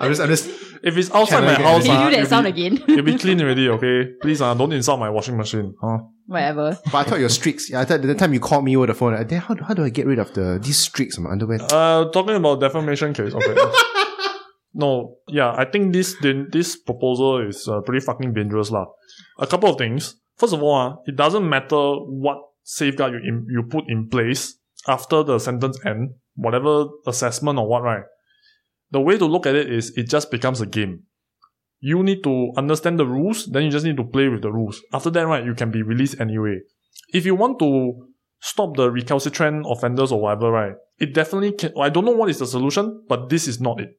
I'm just, I'm just.
If it's outside
Can I
my
get
house,
Can you
ah,
do
it'll
that sound
be-
again?
It'll be clean already, okay? Please, uh, don't insult my washing machine. Huh?
Whatever.
But I thought your streaks. Yeah, I thought the time you called me over the phone. I think, how, do- how do I get rid of the these streaks on my underwear?
Uh, talking about defamation case. Okay. no, yeah, I think this dan- this proposal is uh, pretty fucking dangerous, lah. A couple of things. First of all, ah, it doesn't matter what safeguard you im- you put in place after the sentence end, whatever assessment or what, right? The way to look at it is it just becomes a game. You need to understand the rules, then you just need to play with the rules. After that, right, you can be released anyway. If you want to stop the recalcitrant offenders or whatever, right? It definitely can. I don't know what is the solution, but this is not it.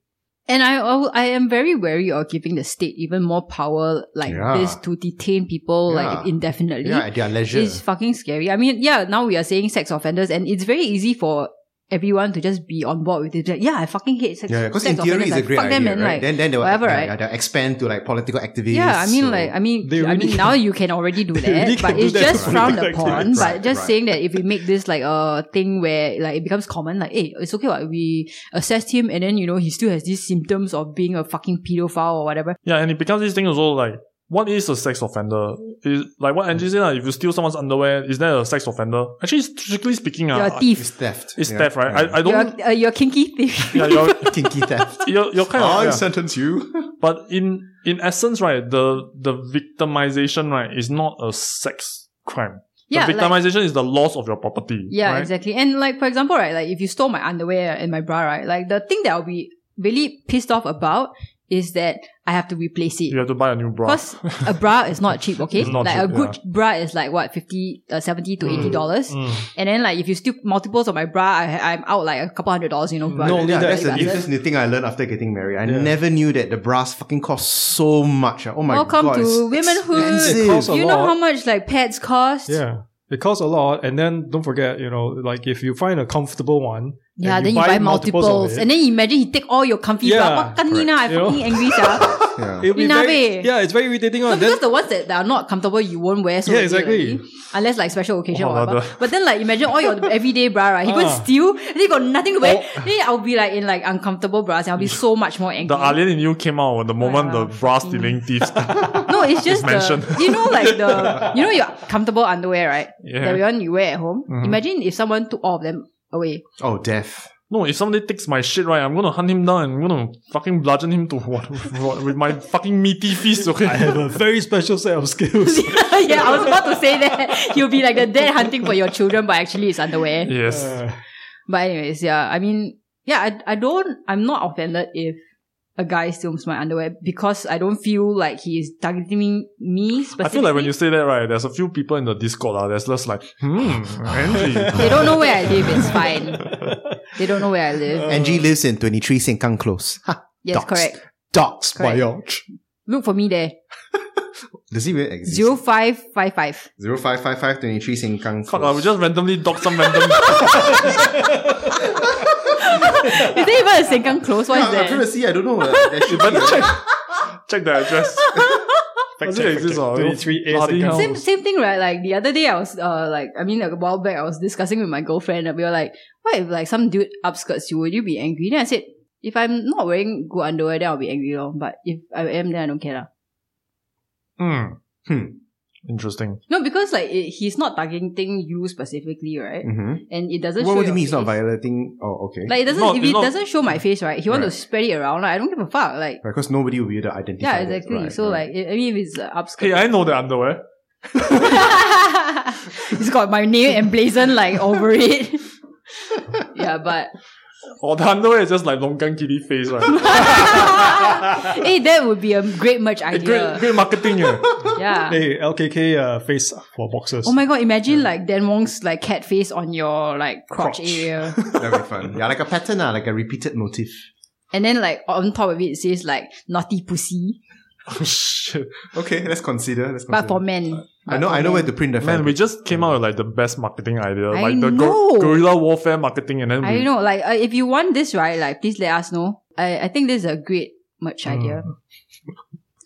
And I al- I am very wary of giving the state even more power like
Yeah.
this to detain people like
Yeah.
indefinitely.
Yeah, at their leisure.
It's fucking scary. I mean, yeah, now we are saying sex offenders, and it's very easy for everyone to just be on board with it. Like, yeah, I fucking hate sex.
yeah, because
sex
in theory,
offenders.
it's a
Like,
great
fuck
idea,
them, man.
right?
Like,
then, then they'll,
whatever,
yeah,
right?
yeah, they'll expand to like political activists.
yeah, I mean,
so-
like, I mean,
They
I
really
mean, now you can already do
They
that,
really
but
can do
it's
that
just
for
frowned
political
upon.
activists.
but
Right,
just
right.
saying that if we make this like a thing where like it becomes common, like, hey, it's okay, what we assessed him, and then you know he still has these symptoms of being a fucking pedophile or whatever.
Yeah, and it becomes this thing also like, what is a sex offender? Is like what Angie said, like, if you steal someone's underwear, is that a sex offender? Actually, strictly speaking,
You're
uh,
a thief.
it's theft.
it's
yeah.
theft, right? I, I don't.
You're, uh, you're kinky thief.
Yeah, you're,
Kinky theft.
you're, you're
Oh,
kind of. yeah.
sentence you.
But in in essence, right, the the victimization, right, is not a sex crime.
yeah,
the
like-
victimization is the loss of your property.
Yeah,
right?
exactly. And like for example, right, like if you stole my underwear and my bra, right, like the thing that I'll be really pissed off about is that I have to replace it.
You have to buy a new bra.
Because a bra is not cheap, okay?
It's not
like
cheap,
a good bra is like what, 50, uh, 70 to
Mm.
80 dollars. And then like if you still multiples of my bra, I, I'm out like a couple hundred dollars, you know. Bra.
No, only
yeah,
that-
that's, the,
yeah.
that's the thing I learned after getting married. I never knew that the brass fucking cost so much. Oh my
Welcome
god!
to
it's
womenhood.
expensive.
It costs a
You know
lot.
how much like pads cost?
Yeah. It costs a lot, and then don't forget, you know, like if you find a comfortable one,
Yeah,
and
then you buy, multiples,
of it,
and then you imagine he take all your comfy
Yeah,
bra. What kanina, I
You know?
fucking angry sia.
Yeah.
it'll be very,
Inabe.
yeah, it's very irritating.
No,
one. Then-
because the ones that, that are not comfortable, you won't wear. So
Yeah,
regularly,
exactly.
Unless like special occasion
Oh,
or whatever.
rather.
But then like imagine all your everyday bra, right? He go
Ah.
and steal, and he got nothing to wear. Then I'll be like in like uncomfortable bras, and I'll be so much more angry.
the alien in you came out the moment
Yeah.
the bra stealing thieves.
no, it's just
mentioned.
the you know like the you know your comfortable underwear, right?
Yeah.
The one you wear at home. Imagine if someone took all of them away.
Oh, death.
no, if somebody takes my shit right, I'm gonna hunt him down and I'm gonna fucking bludgeon him to what, what with my fucking meaty fist. Okay.
I have a very special set of skills.
yeah, I was about to say that you'll be like the dad hunting for your children, but actually it's underwear.
yes.
Uh,
But anyways, yeah, I mean, yeah, I, I don't, I'm not offended if a guy steals my underwear because I don't feel like he is targeting me- me specifically.
I feel like when you say that, right, there's a few people in the Discord uh, that's just like, hmm, Angie.
They don't know where I live, it's fine. They don't know where I live.
Uh.
Angie lives in 23 Sengkang Close. Ha,
yes,
doxed.
correct.
Dox
Correct.
Boyoch.
Look for me there.
Does he really exist?
0555.
0555 23 Sengkang Close.
Fuck, uh, we just randomly dog some random.
Is there even a Sengkang close? What
Yeah,
is
I'm trying to
that?
see. I don't know. uh, there should be,
Better
uh,
check. Check the address.
fact
Was it
check,
exist
fact
or-
check. 23A
Bloody
second
hell.
house.
Same, same thing, right? Like the other day, I was uh, like, I mean, like a while back, I was discussing with my girlfriend, and we were like, "What if like some dude upskirts you? Would you be angry?" Then I said, "If I'm not wearing good underwear, then I'll be angry, lor. But if I am, then I don't care, lah."
Hmm.
Hmm.
Interesting.
No, because like it, he's not targeting you specifically, right?
mhm.
And it doesn't.
What
show
would you
your
mean? It's not
face.
violating. Oh, okay.
Like it doesn't.
not-
if
it's
it
not-
doesn't show
Hmm.
my face, right? He want to spread it around. Like I don't give a fuck. Like
because nobody will be able to identify.
yeah,
it,
exactly.
right,
so
right.
like, I I mean, if it's uh, upskirt,
Hey, I know the underwear.
it's got my name emblazoned like over it. yeah, but
Or Oh, the underwear is just like Longgang Kitty face, right?
hey, Eh, that would be a great merch
great,
idea.
great marketing. eh.
Yeah.
Hey, LKK uh, face for boxers.
Oh my god! Imagine like Dan Wong's like cat face on your like crotch, area,
that'd be fun. Yeah, like a pattern, ah, like a repeated motif.
and then like on top of it it says like naughty pussy,
Oh, shit.
Okay, let's consider. Let's consider.
but for men.
I know. I know where to print the
Man, we
fabric.
just came out with like the best marketing idea. like
I
the
know.
guerrilla warfare marketing and then we,
I
Mm.
don't know. Like uh, if you want this right, like please let us know. I I think this is a great merch idea.
Oh.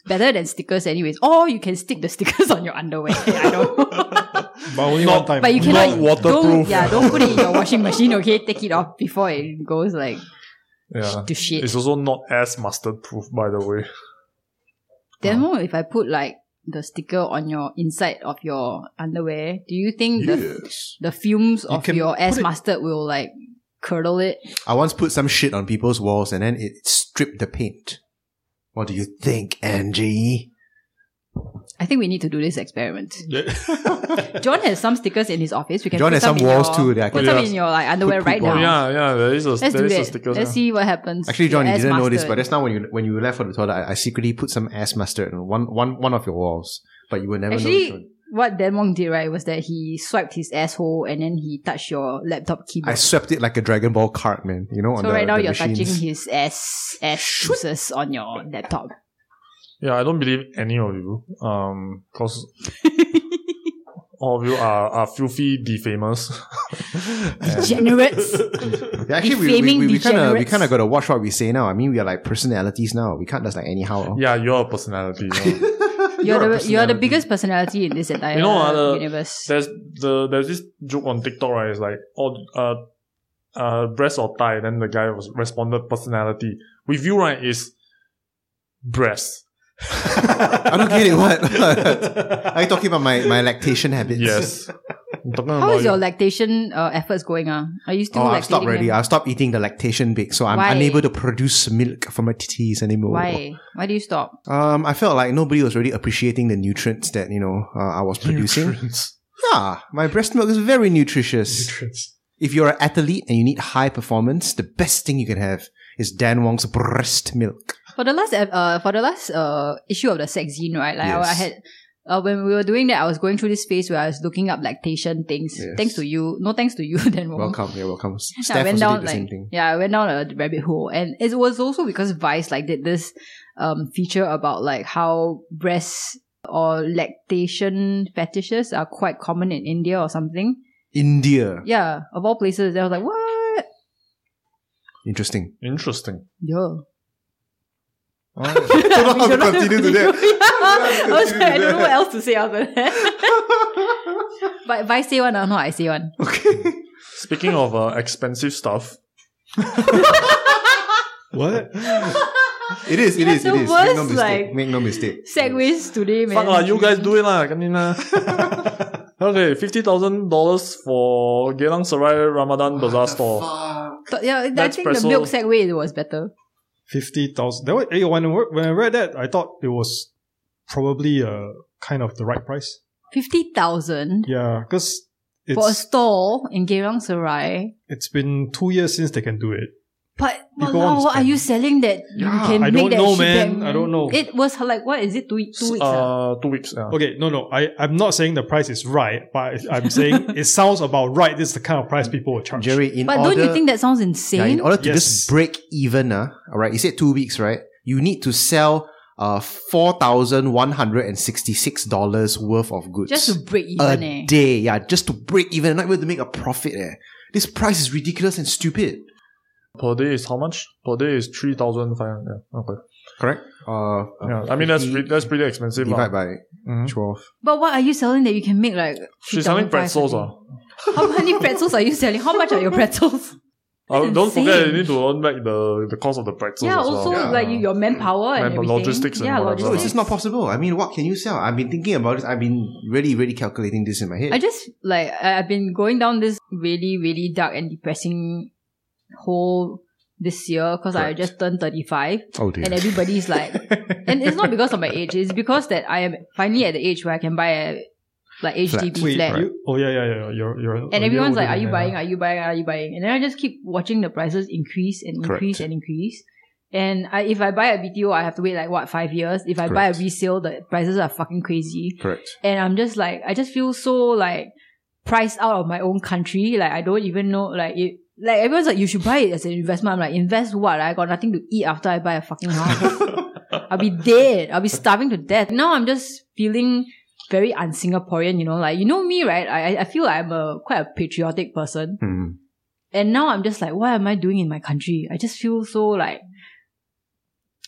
Better than stickers, anyways. Or you can stick the stickers on your underwear. I don't know. Oh
But only
Not-
one time.
But you
Not
cannot
waterproof.
Don't, yeah, don't put it in your washing machine. Okay, take it off before it goes like
yeah.
to shit.
It's also not as mustard proof, by the way.
then, what if I put like the sticker on your inside of your underwear, do you think the the fumes
You
of
can
your ass
put it-
mustard will like curdle it?
I once put some shit on people's walls, and then it stripped the paint. What do you think, Angie?
I think we need to do this experiment.
Yeah.
John has some stickers in his office. We can
John
put
has some
in
walls
your,
too that I
put
can
some
just
in your like underwear
put
right
poop
now.
on.
Yeah, yeah, there is a,
Let's
there
do
is a
that.
sticker.
Let's see what happens.
Actually, John, you
Your
didn't
ass
know this, but
mustard.
that's now when you when you left for the toilet, I, I secretly put some ass mustard on one one one of your walls, but you would never know. which
Actually,
one.
what Dan Wong did right was that he swiped his asshole and then he touched your laptop
I
keyboard.
swept it like a Dragon Ball card, man. You know, on
so
the,
right now
the
you're
machines.
touching his ass ass juices on your laptop.
Yeah, I don't believe any of you. Um, cause all of you are, are filthy defamers. And-
Degenerates.
Yeah, actually, we, we,
Defaming
we, we kind of we
degenerates.
kind of got to watch what we say now. I mean, we are like personalities now. We can't just like anyhow.
yeah, your personality. you know.
You're a
you're, the you're the
personality.
biggest personality in this entire
You know, uh, the-
universe.
there's the there's this joke on TikTok, right? It's like, oh, uh, uh, breast or thigh. Then the guy was responded personality. With you, right, is breast.
I don't get it. What are you talking about? My my lactation habits.
Yes. I'm talking
How
about
is
you.
your lactation uh, efforts going on? Are you still
Oh,
lactating?
I've stopped already.
him?
I've stopped eating the lactation bake, so I'm
Why?
unable to produce milk for my titties anymore.
Why? Why do you stop?
Um, I felt like nobody was really appreciating the nutrients that you know uh, I was producing.
Nutrients.
Yeah, my breast milk is very nutritious. If you're an athlete and you need high performance, the best thing you can have is Dan Wong's breast milk.
For the last ep- uh for the last uh issue of the sex zine, right? Like I- I
Yes.
had uh, when we were doing that, I was going through this phase where I was looking up lactation things.
Yes.
Thanks to you. No thanks to you then Wong.
Welcome, yeah, welcome.
So
Steph
I Oh. went
also
down
did the
like
same thing.
yeah, I went down a rabbit hole, and it was also because Vice like did this um feature about like how breasts or lactation fetishes are quite common in India or something.
India,
Yeah, of all places, I was like, what?
interesting.
Interesting.
Yo.
Oh.
don't know how to continue to that.
I was
Continue
like, I
to
don't know
that.
what else to say after that. but if I say one, or not, I say one.
okay.
Speaking of uh, expensive stuff,
What?
It is, it
You're
is, it is.
the
Make no
worst,
mistake.
like-
Make no mistake.
Segways today, man.
ah,
fuck lah, you guys do it lah. kanina. okay, fifty thousand dollars for Geylang Serai Ramadan Bazaar store.
Th- Yeah, I
That's
think
preso-
the milk segway was better.
Fifty thousand. That was, eh, when, I wor- when I read that, I thought it was probably uh, kind of the right price.
50,000
Yeah, because
for a
it's
stall in Geylang Serai.
it's been two years since they can do it.
But
People
walao,
want to
what are
spend.
you selling that you
Yeah,
can
I
make
don't
that
know,
shit back,
man. I don't know.
It was like what is it two, two weeks? ah?
Uh, two weeks. Yeah.
Okay, no, no. I, I'm not saying the price is right, but I'm saying it sounds about right. This is the kind of
Mm.
price people will charge.
Jerry, in
But
order,
don't you think that sounds
yeah,
insane?
in order to just
Yes.
break even, uh, all right, you said two weeks, right? You need to sell uh four thousand one hundred and sixty six dollars worth of goods
just to break even,
a
eh?
day, yeah, just to break even, not even to make a profit. Eh. This price is ridiculous and stupid.
Per day is how much? Per day is three thousand five hundred. Yeah. Okay.
Correct? Uh, uh,
Yeah. I mean that's
fifty
re- that's pretty expensive. lah.
divide Mm-hmm. by
Mhm.
twelve.
But what are you selling that you can make like?
She's selling
3,500?
pretzels. ah.
How many pretzels are you selling? How much are your pretzels?
Uh,
That's
don't forget
insane.
you need to earn back the, the cost of the pretzels.
yeah,
as well.
also
Yeah.
like you, your manpower and
Manpower,
everything.
logistics and
yeah,
whatever.
No,
Yes.
it's just not possible. I mean, what can you sell? I've been thinking about this. I've been really, really calculating this in my head.
I just like I- I've been going down this really, really dark and depressing hole this year because I
Correct.
just turned thirty five,
oh dear.
and everybody's like, and it's not because of my age. It's because that I am finally at the age where I can buy a like HDB
Wait,
flat.
you, oh yeah, yeah, yeah. You're, you're
And everyone's like, "Are you buying?
I
Are you buying? Are you buying?" And then I just keep watching the prices increase and increase
Correct.
and increase. And I, if I buy a BTO, I have to wait like what five years. If I buy a
Correct.
resale, the prices are fucking crazy.
Correct.
And I'm just like, I just feel so like priced out of my own country. Like I don't even know. Like it, like everyone's like, "You should buy it as an investment." I'm like, "Invest what? I got nothing to eat after I buy a fucking house. I'll be dead. I'll be starving to death." Now I'm just feeling very un-Singaporean, you know, like you know me, right? I I- I feel I'm a quite a patriotic person,
Hmm.
and now I'm just like, what am I doing in my country? I just feel so like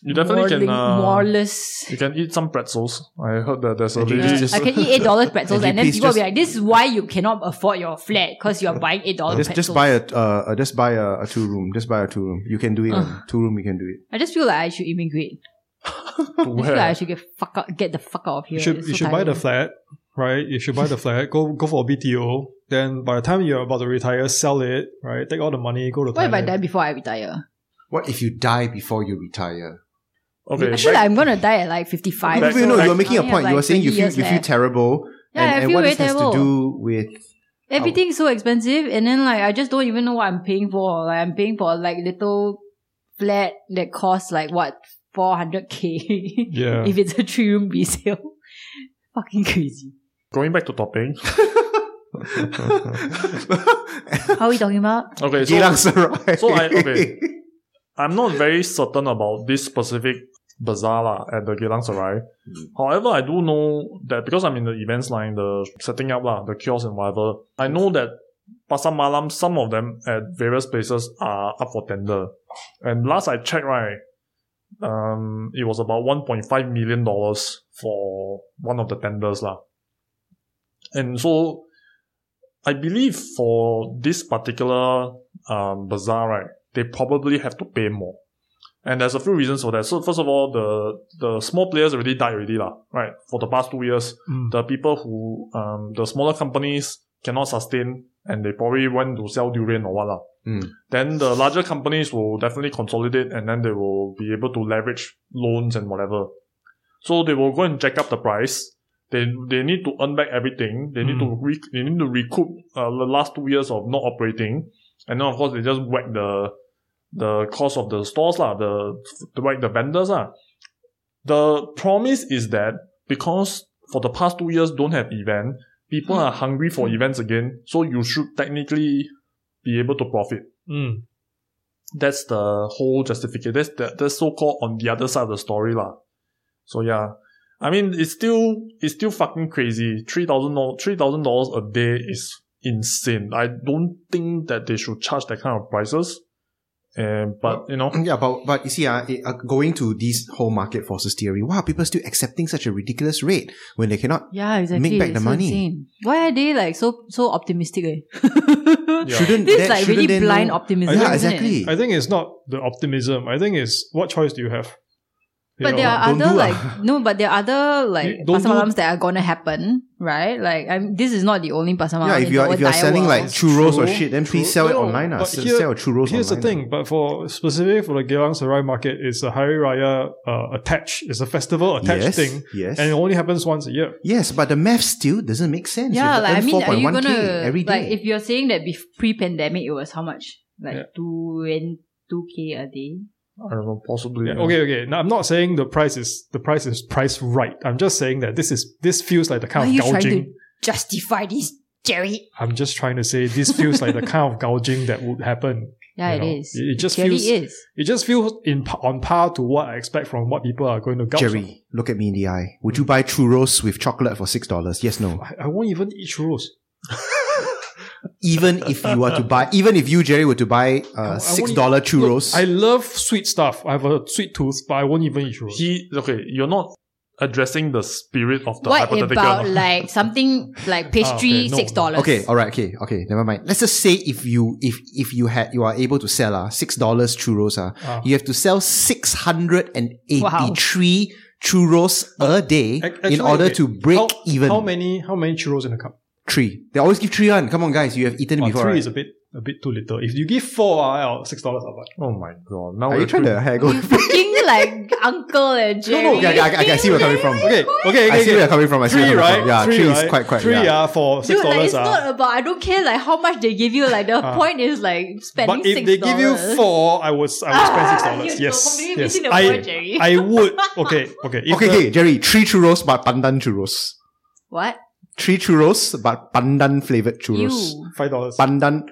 you definitely can.
morally-
uh,
moreless.
You can eat some pretzels. I heard that there's a
And you
lady.
can
Yeah,
just-
I can eat eight dollars pretzels,
Can you
and then
please
people will be
just-
like, "This is why you cannot afford your flat because you are buying eight dollars
Just,
pretzels."
just buy a, uh, uh, just buy a, a two room. Just buy a two room. You can do it.
Ugh.
man. two room, you can do it.
I just feel like I should immigrate. I just feel like I should get fuck out, get the fuck out of here.
You should,
It's
you
so
should buy the
tiring.
flat, right? You should buy the flat. Go, go for a BTO. Then by the time you're about to retire, sell it, right? Take all the money, go to.
What if I
Thailand.
die before I retire?
What if you die before you retire?
Okay.
Actually,
back-
I'm gonna die at like fifty-five.
No,
Back-
no, no,
back-
you are making a
I have
point. you
like
are saying you
20
feel
years
you feel
left.
terrible,
Yeah,
and,
I
and
feel
what
very
this has to
terrible.
do with
Everything's so expensive, and then like I just don't even know what I'm paying for. Like I'm paying for like little flat that costs like what four hundred k.
Yeah.
if it's a three room resale, fucking crazy.
going back to topping.
How are we talking about?
Okay, so
Geylang Serai.
so I- okay. I'm not very certain about this specific bazaar lah at the Geylang Serai. However, I do know that because I'm in the events line, the setting up lah, the kiosks and whatever, I know that Pasar Malam, some of them at various places are up for tender. And last I checked, right, um, it was about $1.5 million for one of the tenders lah. And so, I believe for this particular um, bazaar, right, they probably have to pay more. And there's a few reasons for that. So first of all, the the small players already died already, lah, right? For the past two years,
Mm.
the people who um the smaller companies cannot sustain and they probably went to sell durian or what lah.
Mm.
Then the larger companies will definitely consolidate and then they will be able to leverage loans and whatever. So they will go and jack up the price. They they need to earn back everything. They need
Mm.
to re- they need to recoup uh, the last two years of not operating, and then of course they just whack the the cost of the stores, lah, the, the right, the vendors. Lah. The promise is that because for the past two years don't have event, people
Mm.
are hungry for events again, so you should technically be able to profit.
Mm.
That's the whole justification. That's the that's so called on the other side of the story lah. So yeah. I mean it's still it's still fucking crazy. Three thousand dollars three thousand dollars a day is insane. I don't think that they should charge that kind of prices. And but you know
Yeah, but but you see, uh, it- uh, going to these whole market forces theory, wow, people still accepting such a ridiculous rate when they cannot.
Yeah, exactly.
back the
It's so
money.
insane. Why are they like so so optimistic? Eh?
Yeah.
Shouldn't
This
that,
is like
shouldn't
really
they
blind
know-
optimism.
Yeah,
isn't it?
exactly.
I think it's not the optimism. I think it's what choice do you have? You
But
know,
there are
don't
other
do
like
ah.
no, but there are other like
You don't do-
pasamalams that are gonna happen, right? Like I'm, this is not the only pasamalam.
Yeah, if
in
you
the
are if
whole
you are
entire
selling
world.
like churros or
True,
shit, then please
true.
sell it
No,
online. Uh,
but
sell,
here-
sell your churros
Here's
online.
the thing, but for specifically for the Geylang Serai market, it's a Hari Raya uh, attached. It's a festival attached
ah. yes,
thing,
Yes.
and it only happens once a year.
yes, but the math still doesn't make sense.
yeah,
You have to
like I
earn
mean, are you
4.1K
gonna
every day.
like if you're saying that bef- pre-pandemic it was how much
Yeah.
like two and two k a day?
I don't know, possibly.
Yeah,
yeah.
Okay, okay. Now I'm not saying the price is the price is priced right. I'm just saying that this is this feels like the
Why
kind
are you
of gouging.
trying to justify this, Jerry?
I'm just trying to say this feels like the kind of gouging that would happen.
Yeah,
You
it
know,
is.
it- it just
really
feels-
is.
It just feels in p- on par to what I expect from what people are going to gouge. on.
Jerry, look at me in the eye. Would you buy churros with chocolate for six dollars? Yes, no.
I, I won't even eat churros.
Even if you were to buy, even if you Jerry were to buy
I
uh,
won't
six dollar
Look,
churros,
I love sweet stuff. I have a sweet tooth, but I won't even eat churros.
He okay, you're not addressing the spirit of the
What
hypothetical.
about like something like pastry
Oh, no,
six dollars?
okay, all right, okay, okay, never mind. Let's just say if you if if you had you are able to sell uh, six dollars churros uh,
Ah.
you have to sell six hundred and eighty three churros a day
Ac- actually,
in order
okay,
to break
how,
even.
How many how many churros in a cup?
Three. They always give three one. Come on, guys, you have eaten
Ah,
before.
three
right?
is a bit a bit too little. If you give four, ah, I'll- six dollars I'll buy.
Oh my god. Now
Are you
we're
trying to haggle?
You fucking like uncle and
no,
Jerry.
no, okay, okay, okay, okay, I see where you're coming from.
Okay, okay, okay.
I see
okay.
where you're coming from. I see
Three,
where you're coming
right?
from. Yeah,
three,
is
right?
quite quite.
Three
yeah.
ah, for six
Dude, like,
dollars.
it's
ah.
not about I don't care like how much they give you. Like the
Ah.
point is like spending
but if
six
they give you four, I would I would spend six dollars. Yes,
completely
yes.
missing the point,
I,
Jerry.
I would. Okay, okay. If
Okay,
the-
okay, Jerry, three churros but pandan churros.
what?
Three churros but pandan flavored churros.
You.
Five dollars.
Pandan.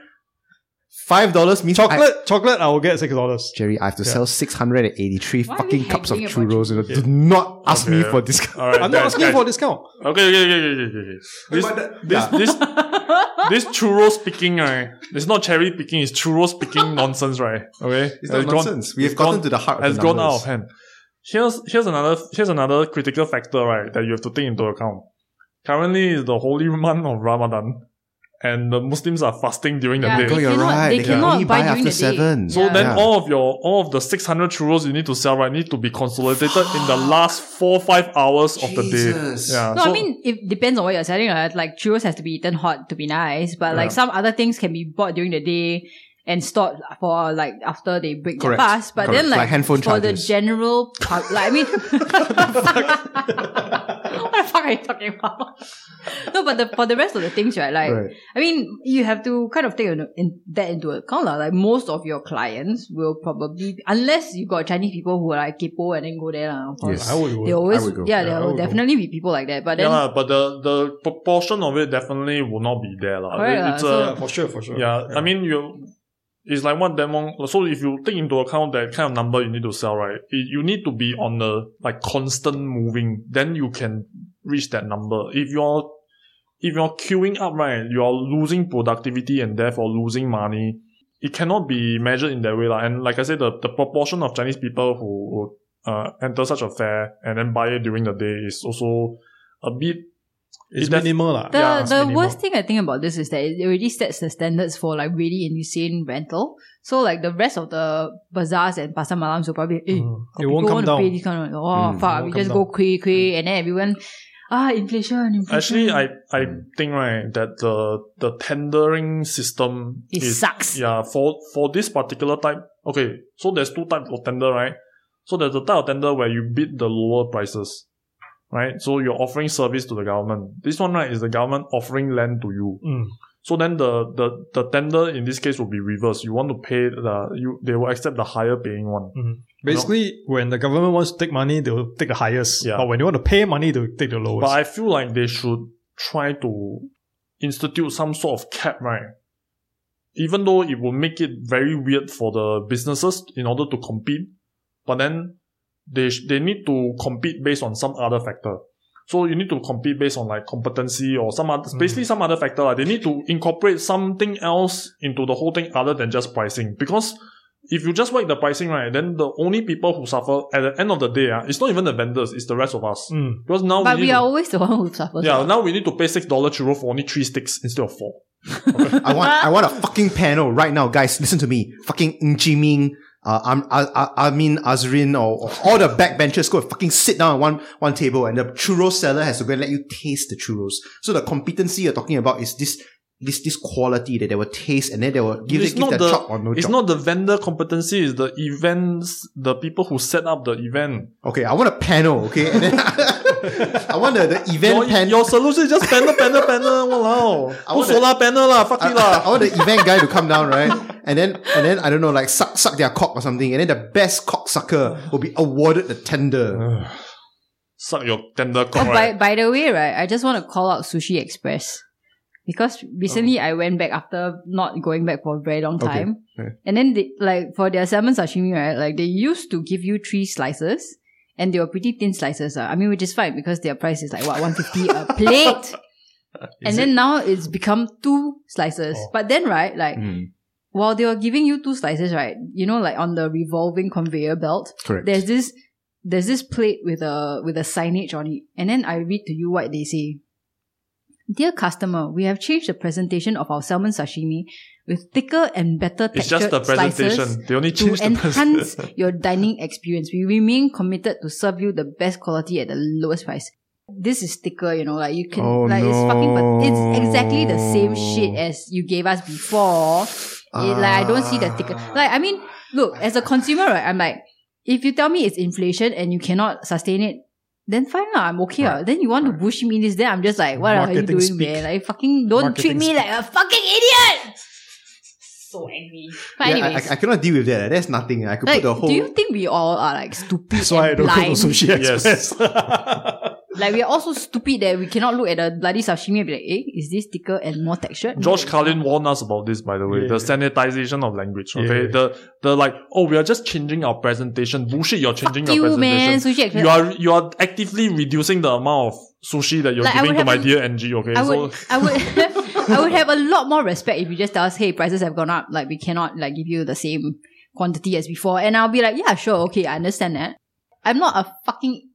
Five dollars means I-
Chocolate, chocolate. I will get six dollars.
Jerry, I have to
Yeah.
sell 683
Why are we
fucking cups of
haggling about
churros. You know,
Yeah.
Do not ask me
Okay.
for this. kind-
All right,
I'm not
guys,
asking
guys.
for a discount.
Okay, okay, okay, okay, okay, okay. This,
But the-
this,
yeah.
this, this churro speaking, right? It's not cherry picking, it's churro speaking nonsense, right? Okay?
It's not
Has gone-
nonsense. We have
it's
gotten
gone-
to the heart of
Has
the
gone out
numbers.
of hand. Here's, here's another, here's another critical factor, right, that you have to take into account. Currently is the holy month of Ramadan, and the Muslims are fasting during the
Yeah,
day.
Oh,
They
you're
cannot-
right.
they
They, can
cannot
only
buy
buy
during
after
the day.
seven.
So
So then
Yeah.
all of your all of the six hundred churros you need to sell right need to be consolidated in the last four five hours of the
Jesus.
day. Yeah.
No,
so,
I mean it depends on what you're selling. Right? Like churros has to be eaten hot to be nice, but like
Yeah.
some other things can be bought during the day and stored for like after they break
Correct.
the fast. But
Correct.
then like,
Like handphone
for the
chargers.
general pub, like I mean, what the fuck are you talking about? no, but the for the rest of the things, right? Like
Right.
I mean, you have to kind of take a- in, that into account. lah. Like most of your clients will probably, unless you got Chinese people who are like kaypo and then go there. lah, of course.
Yes.
I would.
They always,
I would go.
yeah,
Yeah, I
there will
would go.
definitely be people like that. But then,
yeah, lah, but the, the proportion of it definitely will not be there. lah.
Correct lah,
it's
Yeah,
a,
for sure, for sure.
yeah, I mean, you it's like what Demon. So if you take into account that kind of number you need to sell, right, it, you need to be on a like constant moving. Then you can reach that number. If you're if you're queuing up, right, you are losing productivity and therefore losing money. It cannot be measured in that way, lah. And like I said, the, the proportion of Chinese people who would uh, enter such a fair and then buy it during the day is also a bit
it's
it does-
minimal lah.
the,
Yeah, it's
the
minimal.
worst thing I think about this is that it already sets the standards for like really insane rental. So like the rest of the bazaars and pasar malams will probably, eh,
Mm.
got
It won't
people
come
want to
down.
pay this kind of, oh
Mm.
It
fuck,
won't
we
come
just go
down. Mm.
quick, quick, and then everyone, ah, inflation, inflation.
Actually, I
Mm-hmm.
I
Mm.
think right that the the tendering system
it
is
sucks.
yeah for for this particular type. Okay, so there's two types of tender, right? So there's the type of tender where you bid the lower prices, right? So you're offering service to the government. This one right is the government offering land to you.
Mm.
So then the, the, the tender in this case will be reversed. You want to pay the, you, they will accept the higher paying one.
Basically, when the government wants to take money, they'll take the highest.
Yeah.
But when they want to pay money, they'll take the lowest.
But I feel like they should try to institute some sort of cap, right? Even though it will make it very weird for the businesses in order to compete, but then they sh- they need to compete based on some other factor. So you need to compete based on like competency or some other, basically some other factor. lah. They need to incorporate something else into the whole thing other than just pricing. Because if you just whack the pricing, right, then the only people who suffer at the end of the day, ah, it's not even the vendors, it's the rest of us.
Mm.
Because now
But
we, need
we
to-
are always the one who suffers.
yeah, now we need to pay six dollar churro for only three sticks instead of four.
I want I want a fucking panel right now, guys. Listen to me. Fucking Ng Chi Ming, uh, Am, uh, uh, Amin Azrin, or, or all the backbenchers go and fucking sit down at one one table, and the churro seller has to go and let you taste the churros. So the competency you're talking about is this this this quality that they will taste, and then they will give
It's
it give
not
the,
the-
chop or no
It's
chop.
not the vendor competency; it's the events, the people who set up the event.
okay, I want a panel. Okay, and then I want the, the
Your,
event panel.
your solution is just panel, panel, panel. Wow,
I
put
want
solar panel lah. Fuck
I,
it
I, I
lah.
want the event guy to come down, right? And then, and then I don't know, like suck, suck their cock or something. And then the best cocksucker will be awarded the tender.
Suck your tender
Oh,
cock.
by,
right?
by the way, right, I just want to call out Sushi Express. Because recently I went back after not going back for a very long
Oh. Okay.
time.
Yeah.
And then they, like for their salmon sashimi, right, like they used to give you three slices and they were pretty thin slices. ah. I mean, which is fine because their price is like what, 150 a plate. and then now it's become two slices.
Oh.
But then, right, like
Hmm.
while they were giving you two slices, right, you know, like on the revolving conveyor belt,
correct.
there's this there's this plate with a with a signage on it, and then I read to you what they say. Dear customer, we have changed the presentation of our salmon sashimi with thicker and better
It's
textured
just the presentation.
slices
They only
to
change the
enhance
presentation.
your dining experience. We remain committed to serve you the best quality at the lowest price. This is thicker, you know, like you can,
Oh,
like it's fucking, but it's exactly the same
no.
shit as you gave us before. It- like I don't see the ticket.
Ah.
Like I mean, look, as a consumer, right? I'm like, if you tell me it's inflation and you cannot sustain it, then fine lah, I'm okay. lah. Then you want to push me in this, then I'm just like, what are you
Marketing
doing,
speak.
man? Like fucking don't treat
Marketing
me
speak.
like a fucking idiot. So angry. But
Yeah, I-
anyways,
I, I cannot deal with that. That's nothing. I could
like,
put the whole.
do you think we all are like stupid?
That's why I
and
don't go to
blind?
Sushi
Yes.
Express.
Like we're also stupid that we cannot look at the bloody sashimi and be like, eh, is this thicker and more textured?
George Carlin warned us about this, by the way.
Yeah.
The sanitization of language.
Yeah.
Okay, the the like, oh, we are just changing our presentation. Bullshit, you're changing
Fuck
your
you,
presentation.
man. Sushi Express.
you are you are actively reducing the amount of sushi that you're
Like, I
giving
would
to my
have a-
dear NG. Okay,
I
so
would, I would, have, I would have a lot more respect if you just tell us, "Hey, prices have gone up. Like we cannot like give you the same quantity as before." And I'll be like, "Yeah, sure, okay, I understand that. I'm not a fucking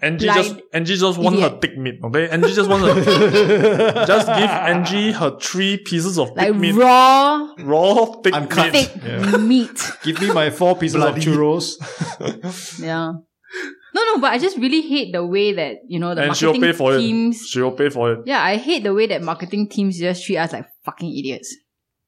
NG
blind
just NG just wants her
idiot.
thick meat. Okay, NG just wants her. just give NG her three pieces of
like
thick meat,
raw
raw thick
Uncut.
meat.
fake
Yeah.
meat."
Give me my four pieces
Bloody-
of churros.
Yeah. No, no, but I just really hate the way that you know the
And she'll
marketing
pay for it.
teams.
She'll pay for it.
Yeah, I hate the way that marketing teams just treat us like fucking idiots.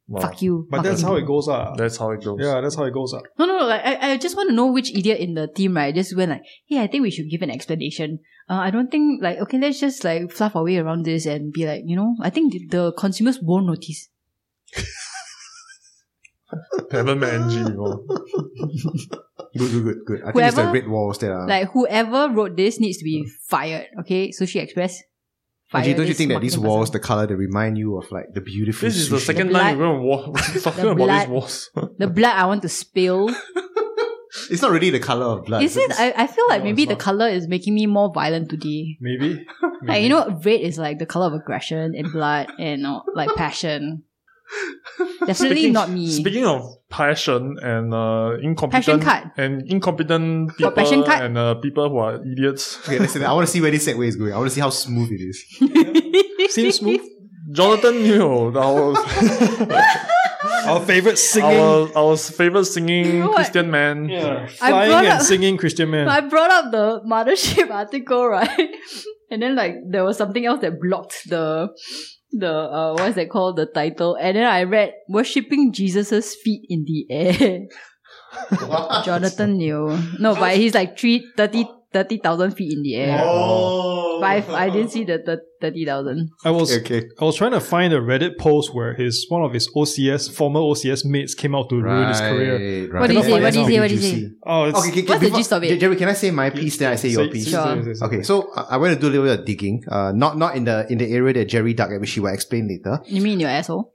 Wow.
Fuck you.
But that's
marketing
how it goes, ah.
That's how it goes.
Yeah, that's how it goes, ah.
No, no, no. Like, I, I just want to know which idiot in the team, right? Just went like, hey, I think we should give an explanation. Uh, I don't think, like, okay, let's just, like, fluff our way around this and be like, you know, I think the, the consumers won't notice.
Haven't met NG before.
Good, good, good, good. I think it's the
Whoever-
red walls ah. that are.
Like, whoever wrote this needs to be fired, okay? Sushi Express.
Hmm. Actually, don't you
this
think that these
marketing
walls,
person.
the color, they remind you of like the beautiful?
This is the
sushi?
second
The
time we're going to walk, talking
the
about
blood-
these walls.
The blood I want to spill.
It's not really the color of blood.
is it?
It's-
I, I feel like
No,
maybe
it's
the
not.
color is making me more violent today.
Maybe.
Like, you know, red is like the color of aggression and blood and, uh, like, passion. Definitely not me.
Speaking of passion and uh,
Passion
incompetent
card.
and incompetent people
Got passion card?
and uh, people who are idiots.
Okay, listen. I want to see where this segue is going. I want to see how smooth it is.
Seems smooth.
Jonathan Neo, our
Our favorite singing.
our, our favorite singing
You know what?
Christian man.
yeah.
I brought
Flying
up-
and singing Christian man.
But I brought up the mothership article, right? And then like there was something else that blocked the the uh what's that called the title. And then I read worshipping Jesus' feet in the air. Jonathan Neo. No, but he's like three thirty 30,000 feet in the air.
Oh.
Five, I didn't see the thir- 30,000.
I was
Okay.
I was trying to find a Reddit post where his one of his OCS former OCS mates came out to ruin his career.
right.
What
do you say? What
do you say? What do you say?
Juicy.
Oh, it's,
Okay, okay, okay,
What's the gist of it?
Jerry, can I say my piece? Then I say your
Say-
piece.
say- say-
Sure.
say- say-
Okay, so I, I want to do a little bit of digging. Uh, not not in the in the area that Jerry dug, at, which he will explain later.
You mean your asshole?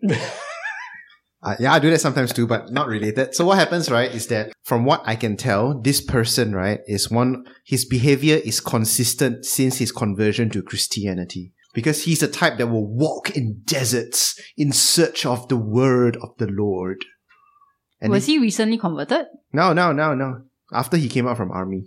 Uh, yeah, I do that sometimes too, but not related. So what happens, right, is that from what I can tell, this person, right, is one, his behavior is consistent since his conversion to Christianity. Because he's the type that will walk in deserts in search of the word of the Lord. And
Was he recently converted?
No, no, no, no. After he came out from army,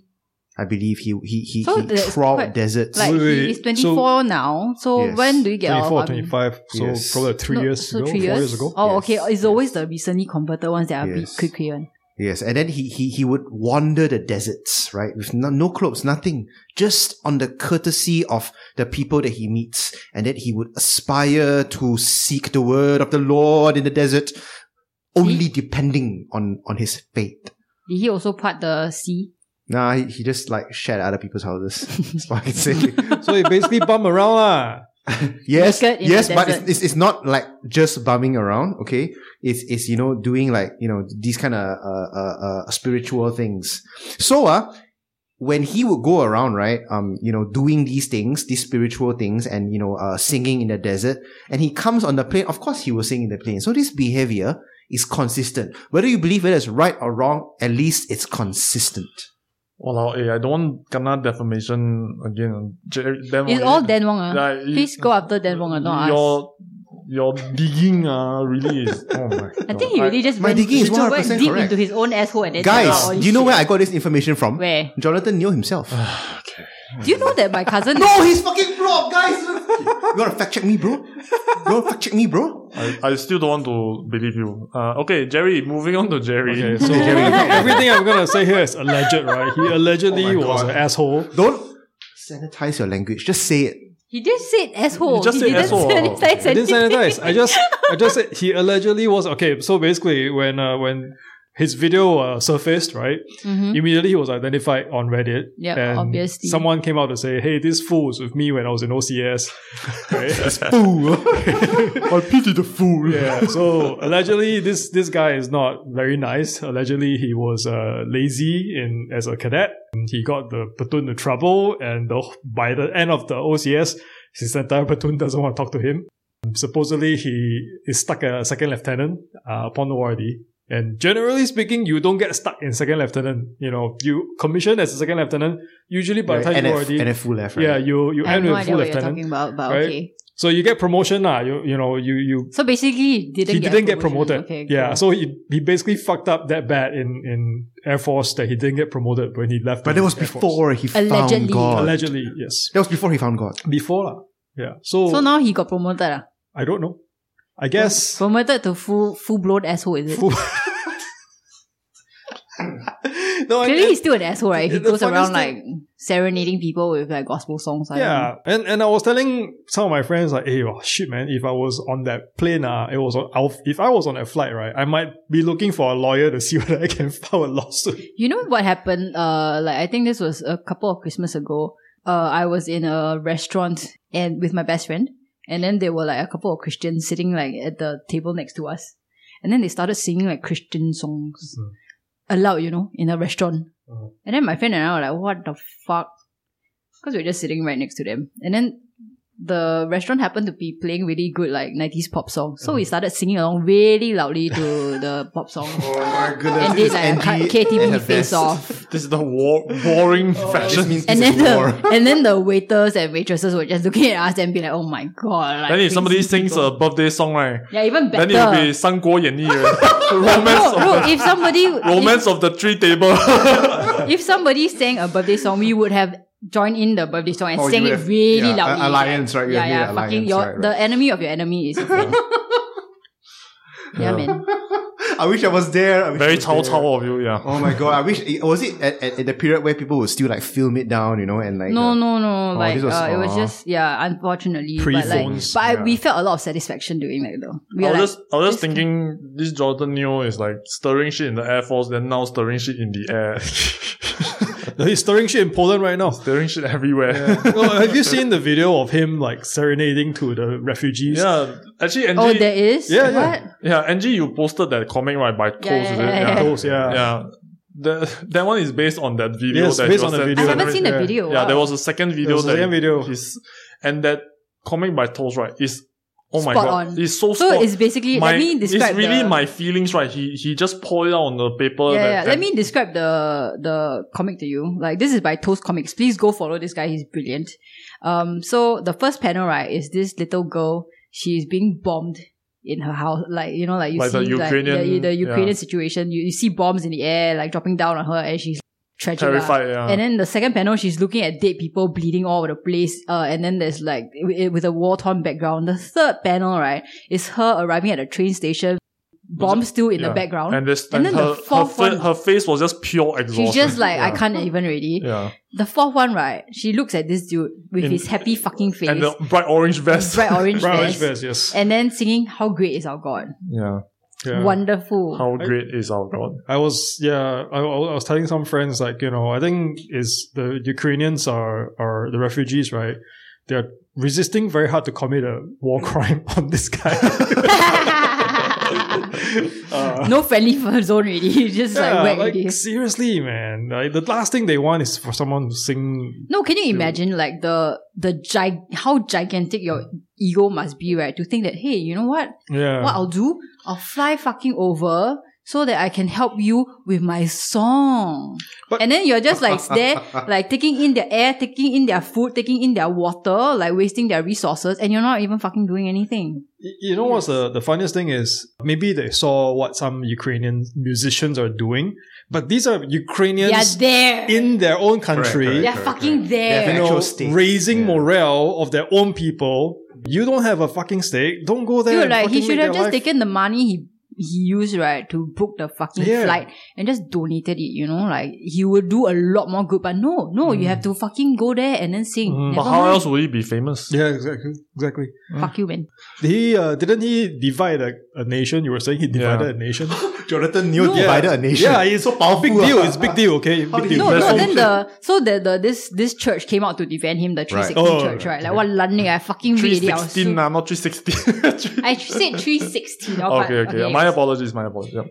I believe he he he,
So
he
that's
crawled
quite-
deserts.
Like,
Wait, wait,
he is
so-
24 now. So
Yes.
when do you get out of
24,
army?
25, so
Yes.
probably three
No,
years
so
ago,
three
four
years?
years ago.
Oh,
Yes,
okay. It's
yes.
always the recently converted ones that are big,
Yes.
quick, quick one.
Yes, and then he he he would wander the deserts, right, with no, no clothes, nothing, just on the courtesy of the people that he meets, and that he would aspire to seek the word of the Lord in the desert, only depending on on his faith.
Did he also part the sea?
Nah, he, he just like shared at other people's houses. That's what I can say.
So he basically bum around lah.
Yes,
Naked in
yes,
the
but
desert.
it's, it's it's not like just bumming around. Okay, it's it's you know doing like you know these kind of uh, uh, uh, spiritual things. So uh when he would go around, right, um, you know, doing these things, these spiritual things, and you know, uh, singing in the desert, and he comes on the plane. Of course, he will sing in the plane. So this behavior is consistent, whether you believe it is right or wrong. At least it's consistent.
Walao, eh, I don't want kena defamation again. Jer- Dan
It's
Wong,
all
eh,
Dan Wong. ah.
like, you-
Please go after Dan Wong and not us.
Your, your digging uh, really is. Oh my god.
I think he really just
My
went,
digging is
he just went
100%
deep
correct.
into his own asshole and then took out all
Guys,
his
do you know
shit.
where I got this information from?
Where?
Jonathan Neal himself.
okay.
Do you know that my cousin?
No, he's fucking broke, guys. you wanna fact check me, bro? You wanna fact check me, bro?
I, I still don't want to believe you. Uh, okay, Jerry, moving on to Jerry.
Okay, so everything I'm gonna say here is alleged, right? He allegedly
Oh my
was an
God.
asshole.
Don't sanitize your language. Just say it.
He just said asshole.
He just said
Oh, didn't
asshole.
sanitize
I didn't
anything.
sanitize. I just I just said he allegedly was okay. So basically, when uh, when his video uh, surfaced, right,
Mhm.
immediately he was identified on Reddit.
Yep,
and
obviously.
Someone came out to say, "Hey, this fool was with me when I was in OCS." Right?
fool. I pity the fool.
yeah. So allegedly, this this guy is not very nice. Allegedly, he was uh, lazy in as a cadet. He got the platoon into trouble, and the, by the end of the OCS, his entire platoon doesn't want to talk to him. Supposedly, he is stuck as a second lieutenant uh, upon ORD. And generally speaking, you don't get stuck in second lieutenant. You know, you commission as a second lieutenant. Usually, by the time
and,
you
if,
already,
and if full left, right?
yeah, you you
I have
end
no
with
idea
full
what you're
lieutenant.
talking about, but
right?
okay.
So you get promotion lah. You you know you you
So basically, he didn't,
he
get,
didn't get
promotion.
promoted.
Okay,
yeah,
cool.
so he, he basically fucked up that bad in, in Air Force that he didn't get promoted when he left.
but
the
that was
Air Force.
before he found
Allegedly.
God.
Allegedly, yes.
that was before he found God.
Before lah. Yeah. So,
so now he got promoted. ah.
I don't know. I Oh. guess
Promoted to full full blown asshole, is it?
Full- no. I-
Clearly, he's still an asshole, right? He
The
goes
funniest
around
thing-
like serenading people with like gospel songs. I don't know.
yeah, and and I was telling some of my friends like, "Hey, oh, shit, man! If I was on that plane, ah, it was on, I'll, if I was on that flight, right, I might be looking for a lawyer to see whether I can file a lawsuit."
You know what happened? Uh, like I think this was a couple of Christmas ago. Uh, I was in a restaurant and with my best friend, and then there were like a couple of Christians sitting like at the table next to us, and then they started singing like Christian songs
Mm.
aloud, you know, in a restaurant.
Mhm.
And then my friend and I were like, "What the fuck?" Because we were just sitting right next to them, and then the restaurant happened to be playing really good like nineties pop songs, so we started singing along really loudly to the pop songs
Oh. my goodness.
and did like a K- KTV face off.
This is the war-
Oh,
boring
Just
fashion.
means
And
this
then
is war.
the and then the waiters and waitresses were just looking at us and be like, "Oh my god!" Like
then if somebody
crazy
sings
people.
a birthday song, right?
yeah, even better.
Then it will be 三国演义 romance
no,
of
no, if somebody
the, romance
if,
of the three table.
if somebody sang a birthday song, we would have joined in the birthday song and
Oh, you
sang
would
it
have-
really
yeah,
loudly.
a- alliance, right? You
Yeah,
have
yeah.
made
fucking
alliance,
your
right, right.
the enemy of your enemy is your friend. yeah,
Yeah.
man.
I wish I was there. I wish
Very
I was
Cao
there.
Cao of you, yeah.
Oh my god! I wish was it at, at, at the period where people would still like film it down, you know, and like
No,
uh,
no, no.
Oh,
like
this was-
uh, it was
aw.
just yeah, unfortunately. but like,
Pre-phones,
but I,
yeah.
we felt a lot of satisfaction doing that though. We
I
were
was
like,
just I was just
this-
thinking this Jordan Neo is like stirring shit in the Air Force, then now stirring shit in the air.
He's stirring shit in Poland right now.
Stirring shit everywhere.
well, have you seen the video of him like serenading to the refugees?
Yeah, actually, Angie.
Oh, there is?
Yeah, yeah.
what?
yeah, Angie, you posted that comic right by Toast, is it?
yeah, yeah.
Those, yeah.
yeah. The, that one is based on that video.
Yes,
that
based
he was
on the
sent-
video.
I haven't seen the
Yeah.
video.
Yeah,
wow.
there was a second video.
There was a
that
second video.
He's, and that comic by Toast, right, is oh my
Spot
god,
on.
it's so
So
spot-
it's basically
my,
let me describe.
It's really
the,
my feelings, right? He he just poured it out on the paper.
yeah,
that-
yeah.
that-
Let me describe the the comic to you. Like this is by Toast Comics. Please go follow this guy. He's brilliant. Um, so the first panel right is this little girl. She is being bombed in her house. Like you know, like you
Like
see
the
like, the,
Ukrainian-
the Ukrainian
yeah.
situation. You, you see bombs in the air, like dropping down on her, and she's tragic. lah.
terrified. Yeah.
And then the second panel, she's looking at dead people bleeding all over the place. Uh, and then there's like wi- with a war torn background. The third panel, right, is her arriving at a train station, bomb still in
yeah.
the background.
and this and,
and then
her, her,
the fourth
fa-
one-
her face was just pure exhaustion.
she's just like, I
Yeah.
can't even already.
yeah,
The fourth one, right, she looks at this dude with
In-
his happy fucking face,
and the bright orange vest.
bright orange
Brown
face,
Express, yes.
and then singing, How Great Is Our God.
yeah,
Yeah.
Wonderful.
how great is our God?
I was yeah, I, I was telling some friends like you know I think is the Ukrainians are are the refugees right? They're resisting very hard to commit a war crime on this guy. Uh,
no friendly zone already. You just like
yeah,
whack
like
already.
seriously, man. Like, the last thing they want is for someone to sing.
No, can you imagine like the the gig- how gigantic your ego must be, right? To think that hey, you know what?
Yeah,
What I'll do? I'll fly fucking over so that I can help you with my song.
But-
and then you're just like there, like taking in their air, taking in their food, taking in their water, like wasting their resources, and you're not even fucking doing anything.
Y- You know what's the, the funniest thing is maybe they saw what some Ukrainian musicians are doing, but these are
They're
Ukrainians
there.
in their own country.
correct.
they're fucking
They have
there.
you know,
Actual stake.
raising
Yeah.
morale of their own people. You don't have a fucking stake. Don't go there.
Dude,
and
like he
fucking
should
make
have
their
just
life-
taken the money he he used right to book the fucking
Yeah.
flight and just donated it. You know, like he would do a lot more good. But no, no, you have to fucking go there and then sing.
Mm.
But
Never
how
mind.
else would he be famous?
Yeah, exactly. Exactly.
Fuck you, man.
He uh, didn't he divide a, a nation. You were saying he divided a nation.
Jonathan Neo
No.
divided a nation.
yeah, it's so powerful. Big deal. It's big deal. Okay,
How
big
did he
deal.
No,
That's
no.
all-
Then the so the, the this this church came out to defend him, the 316
Oh,
church, right?
right,
Like what London, I fucking read it. I, was
316,
so-
nah, not 360.
I said 316. oh, but-
okay, okay. My apologies, my apologies. Yeah.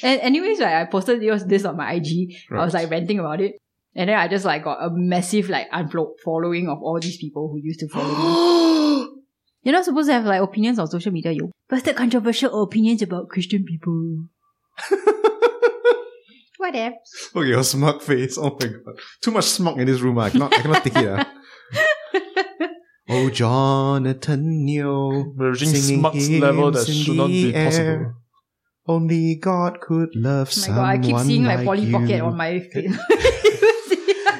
Yeah. And anyways, right, I posted this, this on my IG. I was
Right.
like ranting about it. And then I just like got a massive like unfollow following of all these people who used to follow me. You're not supposed to have like opinions on social media, you busted controversial opinions about Christian people. Whatever.
Look at your smug face. Oh my god. Too much smog in this room. ah. I cannot, I cannot take it. ah. oh, Jonathan Neo.
We're reaching
Singing
smugs level that
hymns in
should not
the
be possible.
air. Only God could love
Oh my
someone
god, I keep seeing like Polly
you.
Pocket on my face.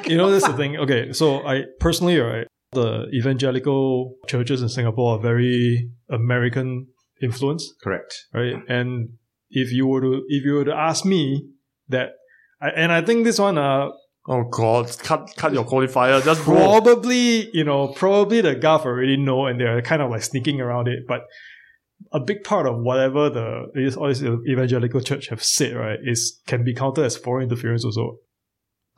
You know, that's the thing. Okay, so I personally, right, the evangelical churches in Singapore are very American influenced.
Correct.
right? And if you were to if you were to ask me that, I, and I think this one, uh,
Oh god, cut cut your qualifier. Just roll.
probably you know, probably the Gulf already know, and they're kind of like sneaking around it. But a big part of whatever the is all this evangelical church have said, right, is can be counted as foreign interference also.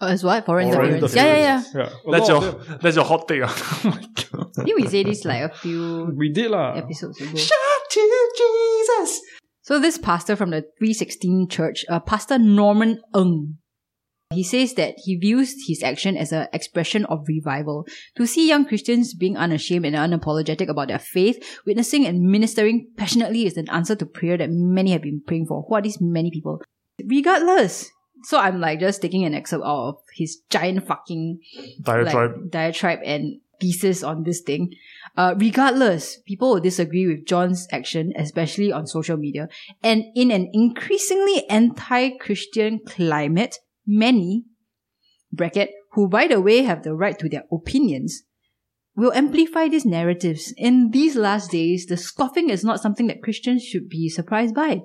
Oh, it's what? Foreign,
Foreign
interference. Yeah, yeah, yeah.
yeah. A
That's
lot of
your
them-
that's your hot take. ah. oh my god.
Didn't we say this like a few
We did lah.
episodes ago?
to Jesus.
So this pastor from the 316 church, uh, Pastor Norman Ng, he says that he views his action as an expression of revival. To see young Christians being unashamed and unapologetic about their faith, witnessing and ministering passionately is an answer to prayer that many have been praying for. Who are these many people? Regardless. So I'm like just taking an excerpt out of his giant fucking
Diatribe.
like, diatribe and thesis on this thing. Uh, regardless, people will disagree with John's action, especially on social media. And in an increasingly anti-Christian climate, many, bracket, who by the way have the right to their opinions, will amplify these narratives. In these last days, the scoffing is not something that Christians should be surprised by.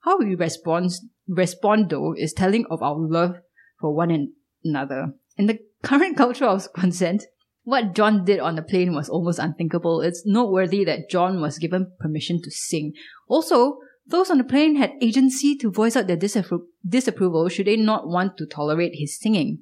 How we respond, respond though is telling of our love for one an- another. In the current culture of consent, what John did on the plane was almost unthinkable. It's noteworthy that John was given permission to sing. Also, those on the plane had agency to voice out their disappro- disapproval should they not want to tolerate his singing.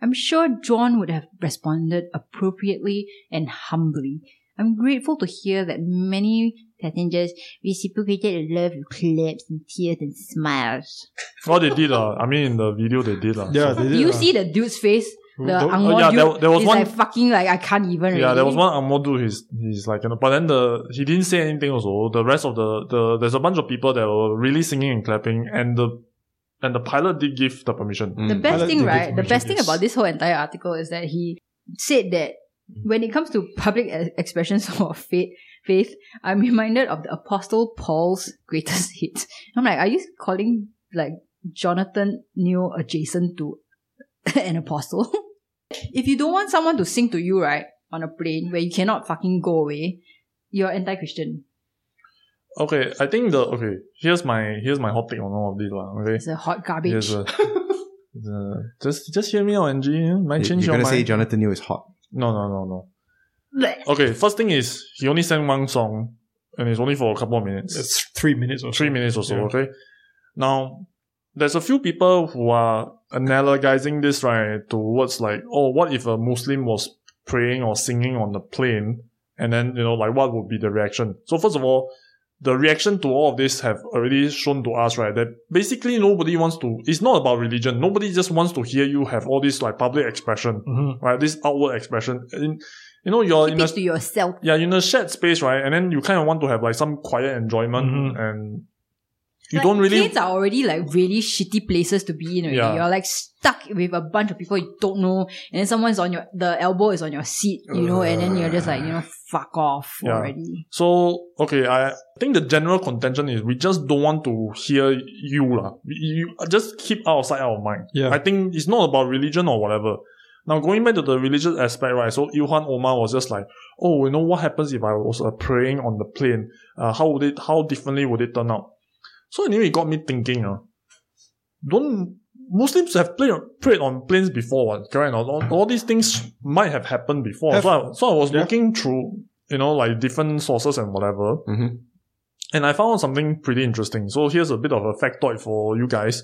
I'm sure John would have responded appropriately and humbly. I'm grateful to hear that many passengers reciprocated the love with claps and tears and smiles.
Well, they did. Uh, I mean, in the video, they did. Uh,
Yeah,
So-
they did.
you
uh,
see the dude's face? The
Don't-
oh,
Angmoh
yeah,
dude
there- there was
is
one-
like fucking like I can't even
yeah, there was
already.
one Angmo dude. He's he's like, you know, but then the he didn't say anything. Also, the rest of the the there's a bunch of people that were really singing and clapping, and the and the pilot did give the permission.
The
Mm.
I
best
like
thing,
the
right? The
information,
best thing
yes.
about this whole entire article is that he said that
Mm.
when it comes to public e- expressions of faith, faith, I'm reminded of the Apostle Paul's greatest hits. I'm like, are you calling like Jonathan Neal adjacent to an apostle? if you don't want someone to sing to you, right, on a plane where you cannot fucking go away, you're anti-Christian.
Okay, I think the okay. Here's my here's my hot take on all of this lah. Okay,
It's a hot garbage.
here's a, the- just just hear me out, Angie. You might
You're
change your
gonna
mind.
say Jonathan New is hot.
no, no, no, no.
Blech.
Okay, first thing is he only sang one song, and it's only for a couple of minutes.
It's three minutes or so.
three minutes or so,
Yeah.
okay? Now, there's a few people who are analogizing this, right, towards like, oh, what if a Muslim was praying or singing on the plane? And then, you know, like, what would be the reaction? So, first of all, the reaction to all of this have already shown to us, right, that basically nobody wants to, it's not about religion. Nobody just wants to hear you have all this, like, public expression,
Mhm.
right, this outward expression. In, you know, you're
Keep
in a
it to yourself.
yeah, you're in a shared space, right? And then you kind of want to have like some quiet enjoyment
Mhm.
and you
Like,
don't really.
Planes are already like really shitty places to be in. Already.
Yeah.
You're like stuck with a bunch of people you don't know, and then someone's on your the elbow is on your seat, you know, and then you're just like you know, fuck off
Yeah.
already.
So, okay, I think the general contention is we just don't want to hear you. lah. You you- just keep out of sight, out of mind.
Yeah.
I think it's not about religion or whatever. Now, going back to the religious aspect, right? So, Ilhan Omar was just like, oh, you know, what happens if I was uh, praying on the plane? Uh, how would it, how differently would it turn out? So, anyway, it got me thinking, uh, don't, Muslims have played, prayed on planes before, what, correct? or not? All, all these things might have happened before.
Have-
so, I, so, I was
Yeah.
looking through, you know, like different sources and whatever.
Mhm.
Mm-hmm.
And I found something pretty interesting. So here's a bit of a factoid for you guys.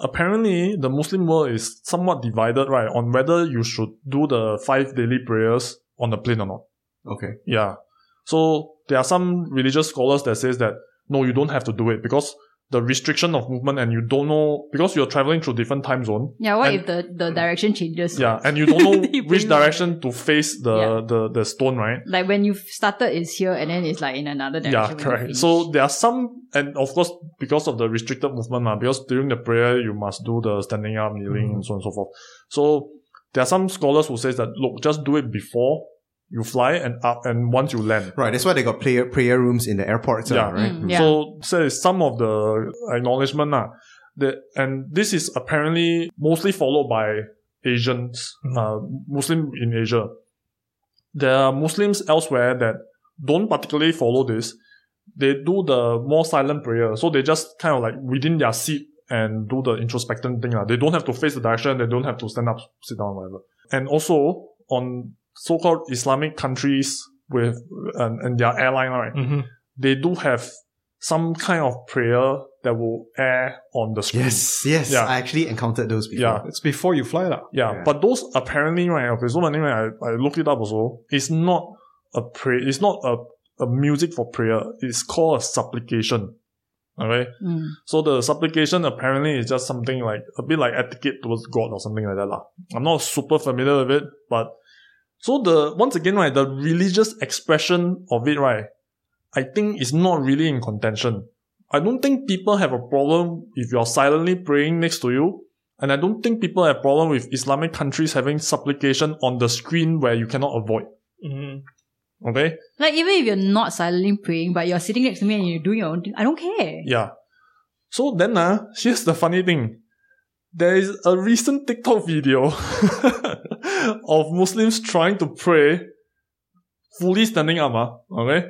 Apparently, the Muslim world is somewhat divided, right, on whether you should do the five daily prayers on the plane or not.
Okay.
Yeah. So there are some religious scholars that says that no, you don't have to do it because the restriction of movement and you don't know because you're traveling through different time zone.
Yeah. What
And-
if the the direction changes?
Yeah, and you don't know
You
which
bring up-
direction to face the
Yeah.
the, the stone, right?
Like when you started, it's here, and then it's like in another direction.
Yeah,
when you
correct.
finish.
So there are some, and of course, because of the restricted movement, ma, because during the prayer you must do the standing up, kneeling, and so on and so forth. So there are some scholars who says that look, just do it before you fly and up, and once you land.
Right. That's why they got prayer prayer rooms in the airports. Yeah.
Yeah.
Right.
Mm, yeah.
So says some of the acknowledgement, lah. That and this is apparently mostly followed by Asians, uh, Muslim in Asia. There are Muslims elsewhere that don't particularly follow this. They do the more silent prayer, so they just kind of like within their seat and do the introspective thing. lah. They don't have to face the direction. They don't have to stand up, sit down, whatever. And also on so-called Islamic countries with and, and their airline, right?
Mhm.
they do have some kind of prayer that will air on the screen.
Yes. Yes.
Yeah.
I actually encountered those before.
Yeah.
It's before you fly, lah.
Yeah,
Yeah.
but those apparently, right? Okay, so anyway, I, I looked it up also. It's not a prayer. It's not a, a music for prayer. It's called a supplication. Okay,
Mm.
so the supplication apparently is just something like a bit like etiquette towards God or something like that lah. I'm not super familiar with it, but so the once again, right, the religious expression of it, right, I think is not really in contention. I don't think people have a problem if you're silently praying next to you. And I don't think people have problem with Islamic countries having supplication on the screen where you cannot avoid. Mm-hmm.
Mhm.
Okay?
like even if you're not silently praying, but you're sitting next to me and you're doing your own thing, I don't care.
Yeah. So then uh, here's the funny thing. There is a recent TikTok video of Muslims trying to pray fully standing up, ah, okay,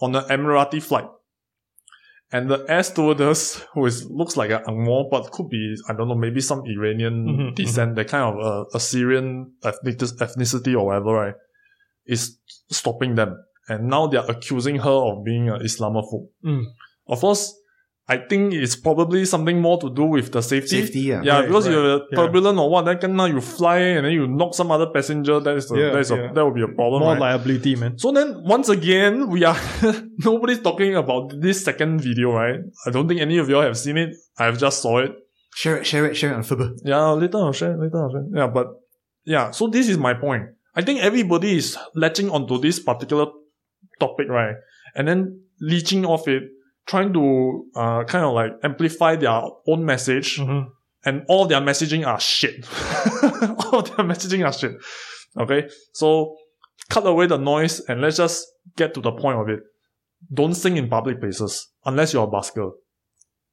on an Emirati flight. And the air stewardess, who is looks like an Angmo, but could be, I don't know, maybe some Iranian
Mhm,
descent, that kind of uh, Assyrian ethnic- ethnicity or whatever, right, is stopping them. And now they're accusing her of being an Islamophobe.
Mm.
Of course, I think it's probably something more to do with the safety.
Safety, yeah.
Yeah,
Right,
because
right,
you're
yeah.
turbulent or what, then kena you fly and then you knock some other passenger. That is the,
Yeah,
that is a,
yeah.
that would be a problem.
More
right?
liability, man.
So then, once again, we are nobody's talking about this second video, right? I don't think any of y'all have seen it. I've just saw it.
Share it, share it, share it on Fubu.
Yeah, later I'll share. Later I'll share. Yeah, but yeah. So this is my point. I think everybody is latching onto this particular topic, right? And then leeching off it, trying to uh, kind of like amplify their own message
Mhm.
and all their messaging are shit. all their messaging are shit. Okay, so cut away the noise and let's just get to the point of it. Don't sing in public places unless you're a busker.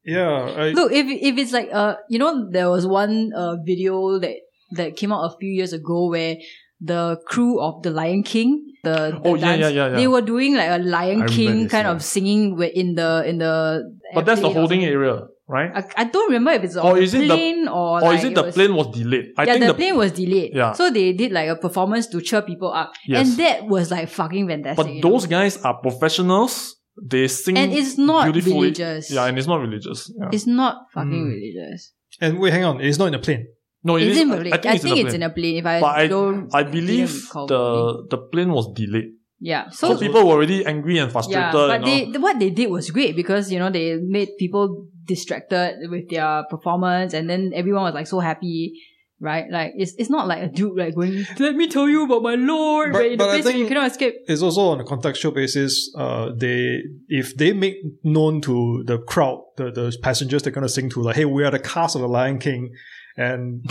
Yeah. I,
Look, if if it's like uh, you know, there was one uh video that that came out a few years ago where the crew of the Lion King, the, the
Oh, yeah,
dance,
yeah, yeah, yeah.
they were doing like a Lion
I remember
King
this,
kind
yeah.
of singing wi- in the in the.
But that's the
airplane or
holding
something.
area, right?
I, I don't remember if it's on
Or
the
is it the-
plane or
Or
like
is it the
was-
plane was delayed? I
yeah,
think
the, plane was delayed.
Yeah.
So they did like a performance to cheer people up,
Yes.
and that was like fucking fantastic.
But
you know?
those guys are professionals. They sing
and it's not
beautifully.
religious.
Yeah, and it's not religious. Yeah.
it's not fucking
Mm.
religious.
and wait, hang on. It's not in the plane.
no, it
it's
is.
in
I-
Malay.
I think it's, in, the plane.
a plane. If I
But I-
don't,
I
didn't
believe
recall properly.
the the plane was delayed,
yeah.
so,
So,
people were already angry and
yeah,
frustrated.
but
and all.
they what they did was great because you know they made people distracted with their performance, and then everyone was like so happy. Right, like it's it's not like a dude like going. Let me tell you about my lord.
But-
where in
but
the
I
place where you
think-
cannot escape.
It's also on a contextual basis. Uh, they if they make known to the crowd, the, the passengers they're gonna sing to, like, hey, we are the cast of the Lion King, and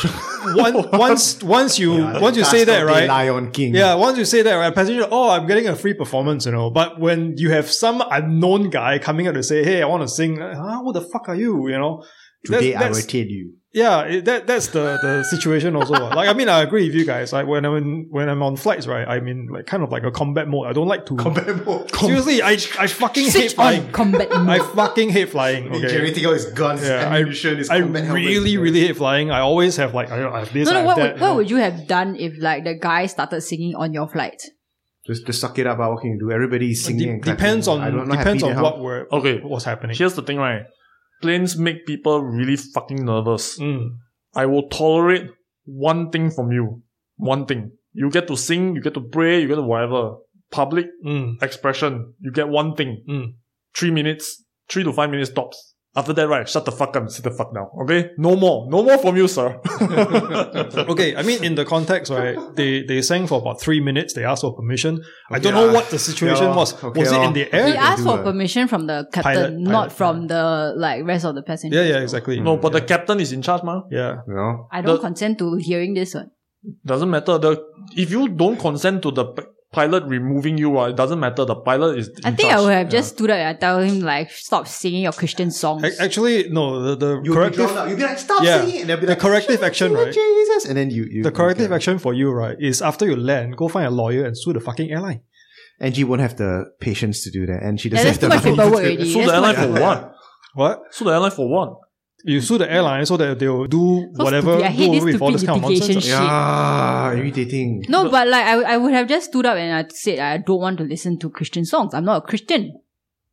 one, once once you once you say that, right?
Lion King.
Yeah, once you say that, right, passenger, oh, I'm getting a free performance, you know. But when you have some unknown guy coming out to say, hey, I want to sing, like, huh, who the fuck are you, you know? That's-
Today I will
that's-
tell you.
yeah, it, that that's the, the situation also. ah. like, I mean, I agree with you guys. Like, when I'm when I'm on flights, right? I mean, like, kind of like a combat mode. I don't like to. Seriously, I I fucking hate
Switch on
flying.
combat
I
mode.
fucking hate flying. Okay.
out his guns,
Yeah, I- I really, really hate flying. I always have like I I have this.
No,
I
no. What
have that,
would
you
what
know.
would you have done if like the guy started singing on your flight?
Just, just suck it up. ah, What can you do? Everybody is singing.
De-
and clapping.
depends on
I don't know how
depends
happy
on
they are.
what were
Okay.
what was happening.
Here's the thing, right? Planes make people really fucking nervous.
Mm.
I will tolerate one thing from you. One thing. You get to sing, you get to pray, you get to whatever. Public
Mm.
expression. You get one thing.
Mm.
Three minutes, three to five minutes tops. After that, right, shut the fuck up and sit the fuck down. Okay? No more. No more from you, sir.
Okay, I mean in the context, right? They they sang for about three minutes. They asked for permission. I don't know
ah,
what the situation
yeah,
was.
okay,
was it in
ah.
the air?
He asked
do
for
a-
permission from the captain,
Pilot,
not
pilot,
from the like rest of the passengers.
Yeah, yeah, exactly.
no, but
yeah.
the captain is in charge, ma.
yeah,
You know?
I don't
The-
consent to hearing this one.
Doesn't matter. The if you don't consent to the p- pilot removing you, ah, it doesn't matter. The pilot is. In
I think
charge.
I would have
Yeah.
just stood up and I tell him like, stop singing your Christian songs.
Ac- actually, no. The, the
You'll be
corrective
drawn out. You'll be like, stop
Yeah.
singing. And they'll be
The
like,
corrective
"Shout
action,
to
right?
Jesus. And then you. you
the corrective
okay.
action for you, right, is after you land, go find a lawyer and sue the fucking airline.
Angie won't have the patience to do that. And she
yeah,
doesn't
that's
have the
too much
money.
paperwork already.
So
That's
the
too
airline
much
for what?
What?
So the airline for what?
You sue the airline so that they'll do
So
whatever.
stupid. I hate
do
this
with all this
stupid
kind of
litigation
nonsense.
shit.
Yeah, irritating.
No, but like I, I would have just stood up and I said I don't want to listen to Christian songs. I'm not a Christian.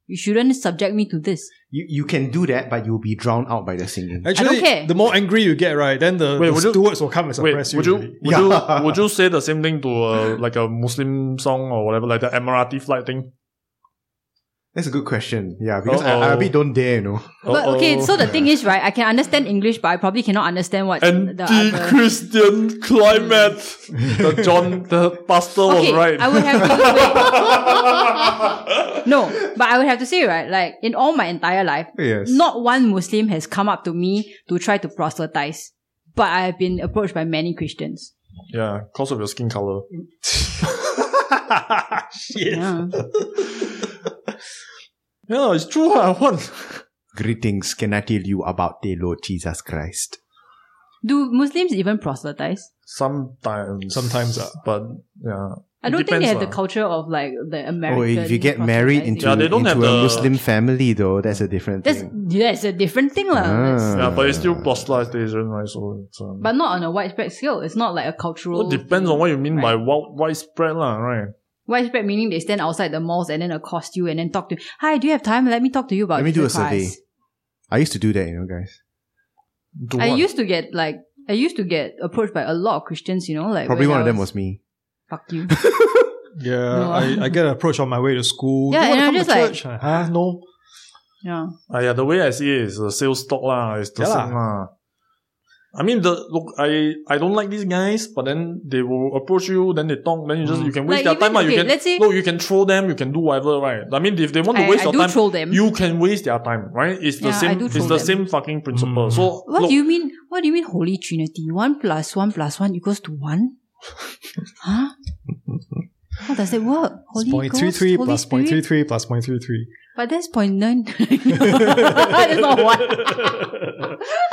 You shouldn't subject me to this.
You, you can do that, but you'll be drowned out by the singing.
Actually,
care.
the more angry you get, right, then the,
Wait,
the
would you-
stewards will come and
Wait,
suppress
would
you.
you
really.
would,
Yeah.
you would you say the same thing to uh, like a Muslim song or whatever, like the Emirati flight thing?
That's a good question. Yeah, because I, I a
Uh-oh.
bit don't dare, you know.
But
Uh-oh.
okay, so the thing is, right? I can understand English, but I probably cannot understand what the other.
anti-Christian climate. the John the pastor was
Okay,
right.
I would have to no, but I would have to say, right? Like in all my entire life,
Yes.
Not one Muslim has come up to me to try to proselytize, but I have been approached by many Christians.
yeah, cause of your skin color.
Shit.
Yeah.
Yeah, it's true. I want.
Greetings. Can I tell you about the Lord Jesus Christ?
Do Muslims even proselytize?
Sometimes,
Sometimes, ah.
but yeah,
I
It
don't think they
depends
have the
lah.
culture of like the
Oh,
American.
if you get married
proselytizing.
into,
Yeah, they don't
into
have
a
the-
Muslim family, though, that's a different
that's
thing.
that's a different thing, lah. That's-
Ah.
yeah, but it's still proselytization, right? So it's, um,
But not on a widespread scale. It's not like a cultural.
it depends on what you mean by
right.
wi- widespread, lah, right?
widespread meaning they stand outside the malls and then accost you and then talk to. Hi, do you have time? Let me talk to you about.
Let me do
Jesus
a survey.
Christ."
I used to do that, you know, guys.
Do
I
what?
used to get like I used to get approached by a lot of Christians, you know, like
Probably
when
one
I
of them was me.
fuck you.
Yeah,
No.
I, I get approached on my way to school.
Yeah,
"Do you
and
wanna
I'm
come
just
to
like-
church?" huh? No.
yeah.
Ah, yeah, the way I see it is the sales talk lah. It's the
Yeah
same lah. I mean, the look, I I don't like these guys, but then they will approach you, then they talk, then you just
Mm.
you can waste their
Like,
time.
even-
lah. you
okay,
can
let's say-
no, you can throw them, you can do whatever, right? I mean, if they want to
I,
waste
I
your
do
time,
troll them.
you can waste their time, right? It's the
Yeah, I
same.
do
It's
troll
the
them.
same fucking principle.
Mm.
So
what
look,
do you mean? What do you mean Holy Trinity? One plus one plus one equals to one? huh? How does it work? Holy
It's point three
Ghost,
three
Holy
plus
Spirit?
point three three plus point three three.
But that's point nine. that's not one.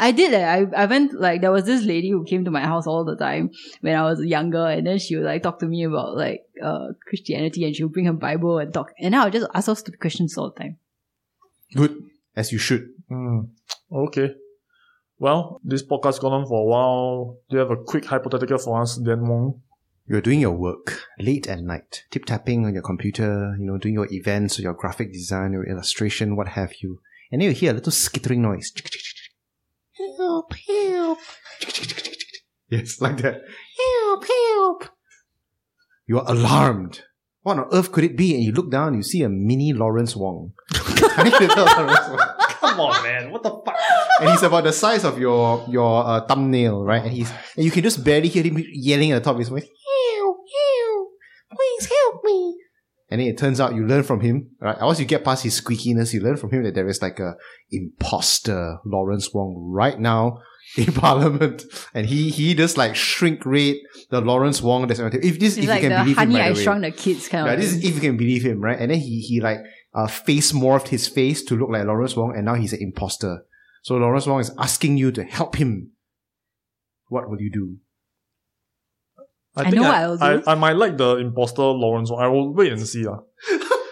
I did it. I, I went like there was this lady who came to my house all the time when I was younger, and then she would like talk to me about like uh Christianity, and she would bring her Bible and talk, and I would just ask her stupid questions all the time.
Good. As you should.
Hmm. okay. Well, this podcast gone on for a while. Do you have a quick hypothetical for us, Dan Wong?
You're doing your work late at night, tip tapping on your computer, you know, doing your events or your graphic design or illustration, what have you. And then you hear a little skittering noise. Help, help. Yes, like that. Help, help. You are alarmed. What on earth could it be? And you look down, you see a mini Lawrence Wong. Tiny little Lawrence Wong.
Come on, man! What the fuck?
and he's about the size of your your uh, thumbnail, right? And he's and you can just barely hear him yelling at the top of his voice, "Help! Help! Please help me!" And then it turns out you learn from him, right? Once you get past his squeakiness, you learn from him that there is like a imposter Lawrence Wong right now in Parliament, and he he just like shrink rate the Lawrence Wong that's on the- if this
It's
if
like
you can
the
believe him
honey
by
I
the way.
shrunk the kids kind
Yeah,
of.
this is
thing.
if you can believe him, right? And then he he like uh, face morphed his face to look like Lawrence Wong, and now he's an imposter. So Lawrence Wong is asking you to help him. What will you do?
I,
know what I'll do.
I, I might like the imposter Lawrence. Wong. I will wait and see. lah.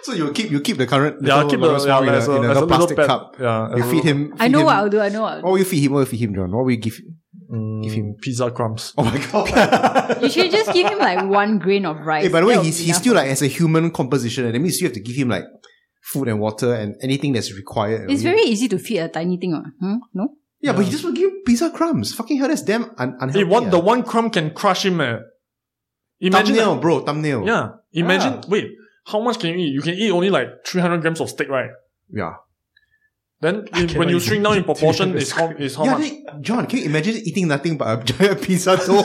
So you keep you keep the current little
Yeah, I'll keep
Lawrence
the, yeah,
Wong in
as
a,
a,
in
as a
a
little
plastic
pet.
cup.
Yeah, as
You
a
feed
little-
him.
I
feed
know
him-
what I'll do. I know what. I'll do.
What will you feed him? What will you feed him, John? What will you give?
Mm,
Give him-
pizza crumbs.
Oh my god!
You should just give him like one grain of rice.
hey, by the
That
way,
would
he's
be
he's
enough.
still like as a human composition, and that means you have to give him like food and water and anything that's required.
It's
I mean-
very easy to feed a tiny thing. what? Hmm? No.
yeah, but he just will give him pizza crumbs. Fucking hell, that's damn un- unhealthy.
Hey, one,
ah.
the one crumb can crush him. Eh. Imagine.
thumbnail, bro, thumbnail.
Yeah. Imagine.
Ah.
Wait, how much can you eat? You can eat only like 300 grams of steak, right?
yeah.
Then
I
if- when
cannot
you
even
shrink down in
eat
proportion,
300
is how, is how
yeah,
much?
then- John, can you imagine eating nothing but a giant pizza dough?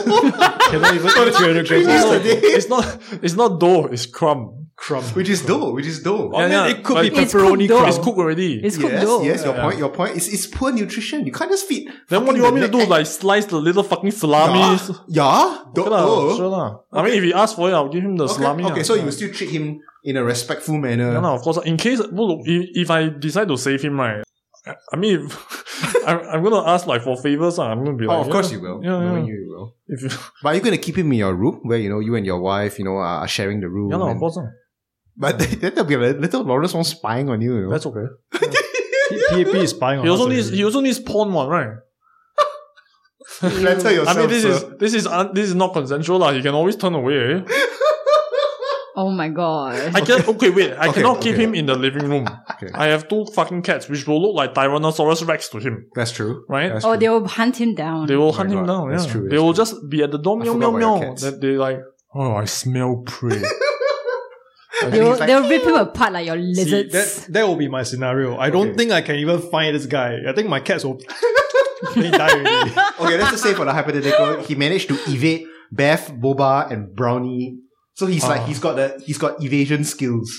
Cannot even eat 300 grams
Three
of
meals a
steak.
day.
It's not, it's not dough, it's crumb.
crumb.
which is dough, which is dough.
Yeah,
I mean,
yeah,
it could
but
be
It's
pepperoni
cooked dough.
crumb.
It's cooked already.
It's cooked
yes,
dough.
yes, your
Yeah.
point, your point. It's, it's poor nutrition. You can't just feed.
then what
fucking
do you want me to
the
do?
neck-
Like slice the little fucking salami?
yeah, yeah, dough.
Okay lah,
dough.
sure lah. I mean, if he asks for it, I'll give him the
okay,
salami.
okay,
lah.
so
Yeah.
you will still treat him in a respectful manner.
Yeah, lah, of course. In case, well, look, if, if I decide to save him, right? I- I mean, if, I'm, I'm gonna ask like for favors. lah. I'm gonna be
Oh,
like,
of course
yeah,
you will.
Yeah,
No,
yeah.
you will.
If you,
But are you going to keep him in your room where you know you and your wife, you know, are are sharing the room?
yeah, lah, of
and-
course. ah. lah.
But then there'll be a little Lawrence one spying on you. you know.
That's okay.
PAP is spying on
He also
us
needs.
already.
He also needs porn one, right?
Flatter yourself.
I mean, this
sir.
is this is un, this is not consensual, lah. He can always turn away. eh?
Oh my god.
I can. Okay, wait. I
Okay,
cannot keep
okay.
him in the living room.
Okay.
I have two fucking cats, which will look like Tyrannosaurus Rex to him,
That's true.
right?
That's true.
Or Oh, they will hunt him down.
They will
my
hunt
God,
him down.
that's
yeah.
true,
they
that's
will just be at the door,
I
meow,
forgot
meow,
about your
meow.
cats.
That they like, oh, I smell prey.
And
They will,
he's like,
they will rip him apart like your
See,
lizards.
that, that will be my scenario. I don't
Okay.
think I can even find this guy. I think my cats will they die already.
Okay, let's just say for the hypothetical, he managed to evade Beth, Boba, and Brownie. So he's like
Ah.
he's got the he's got evasion skills.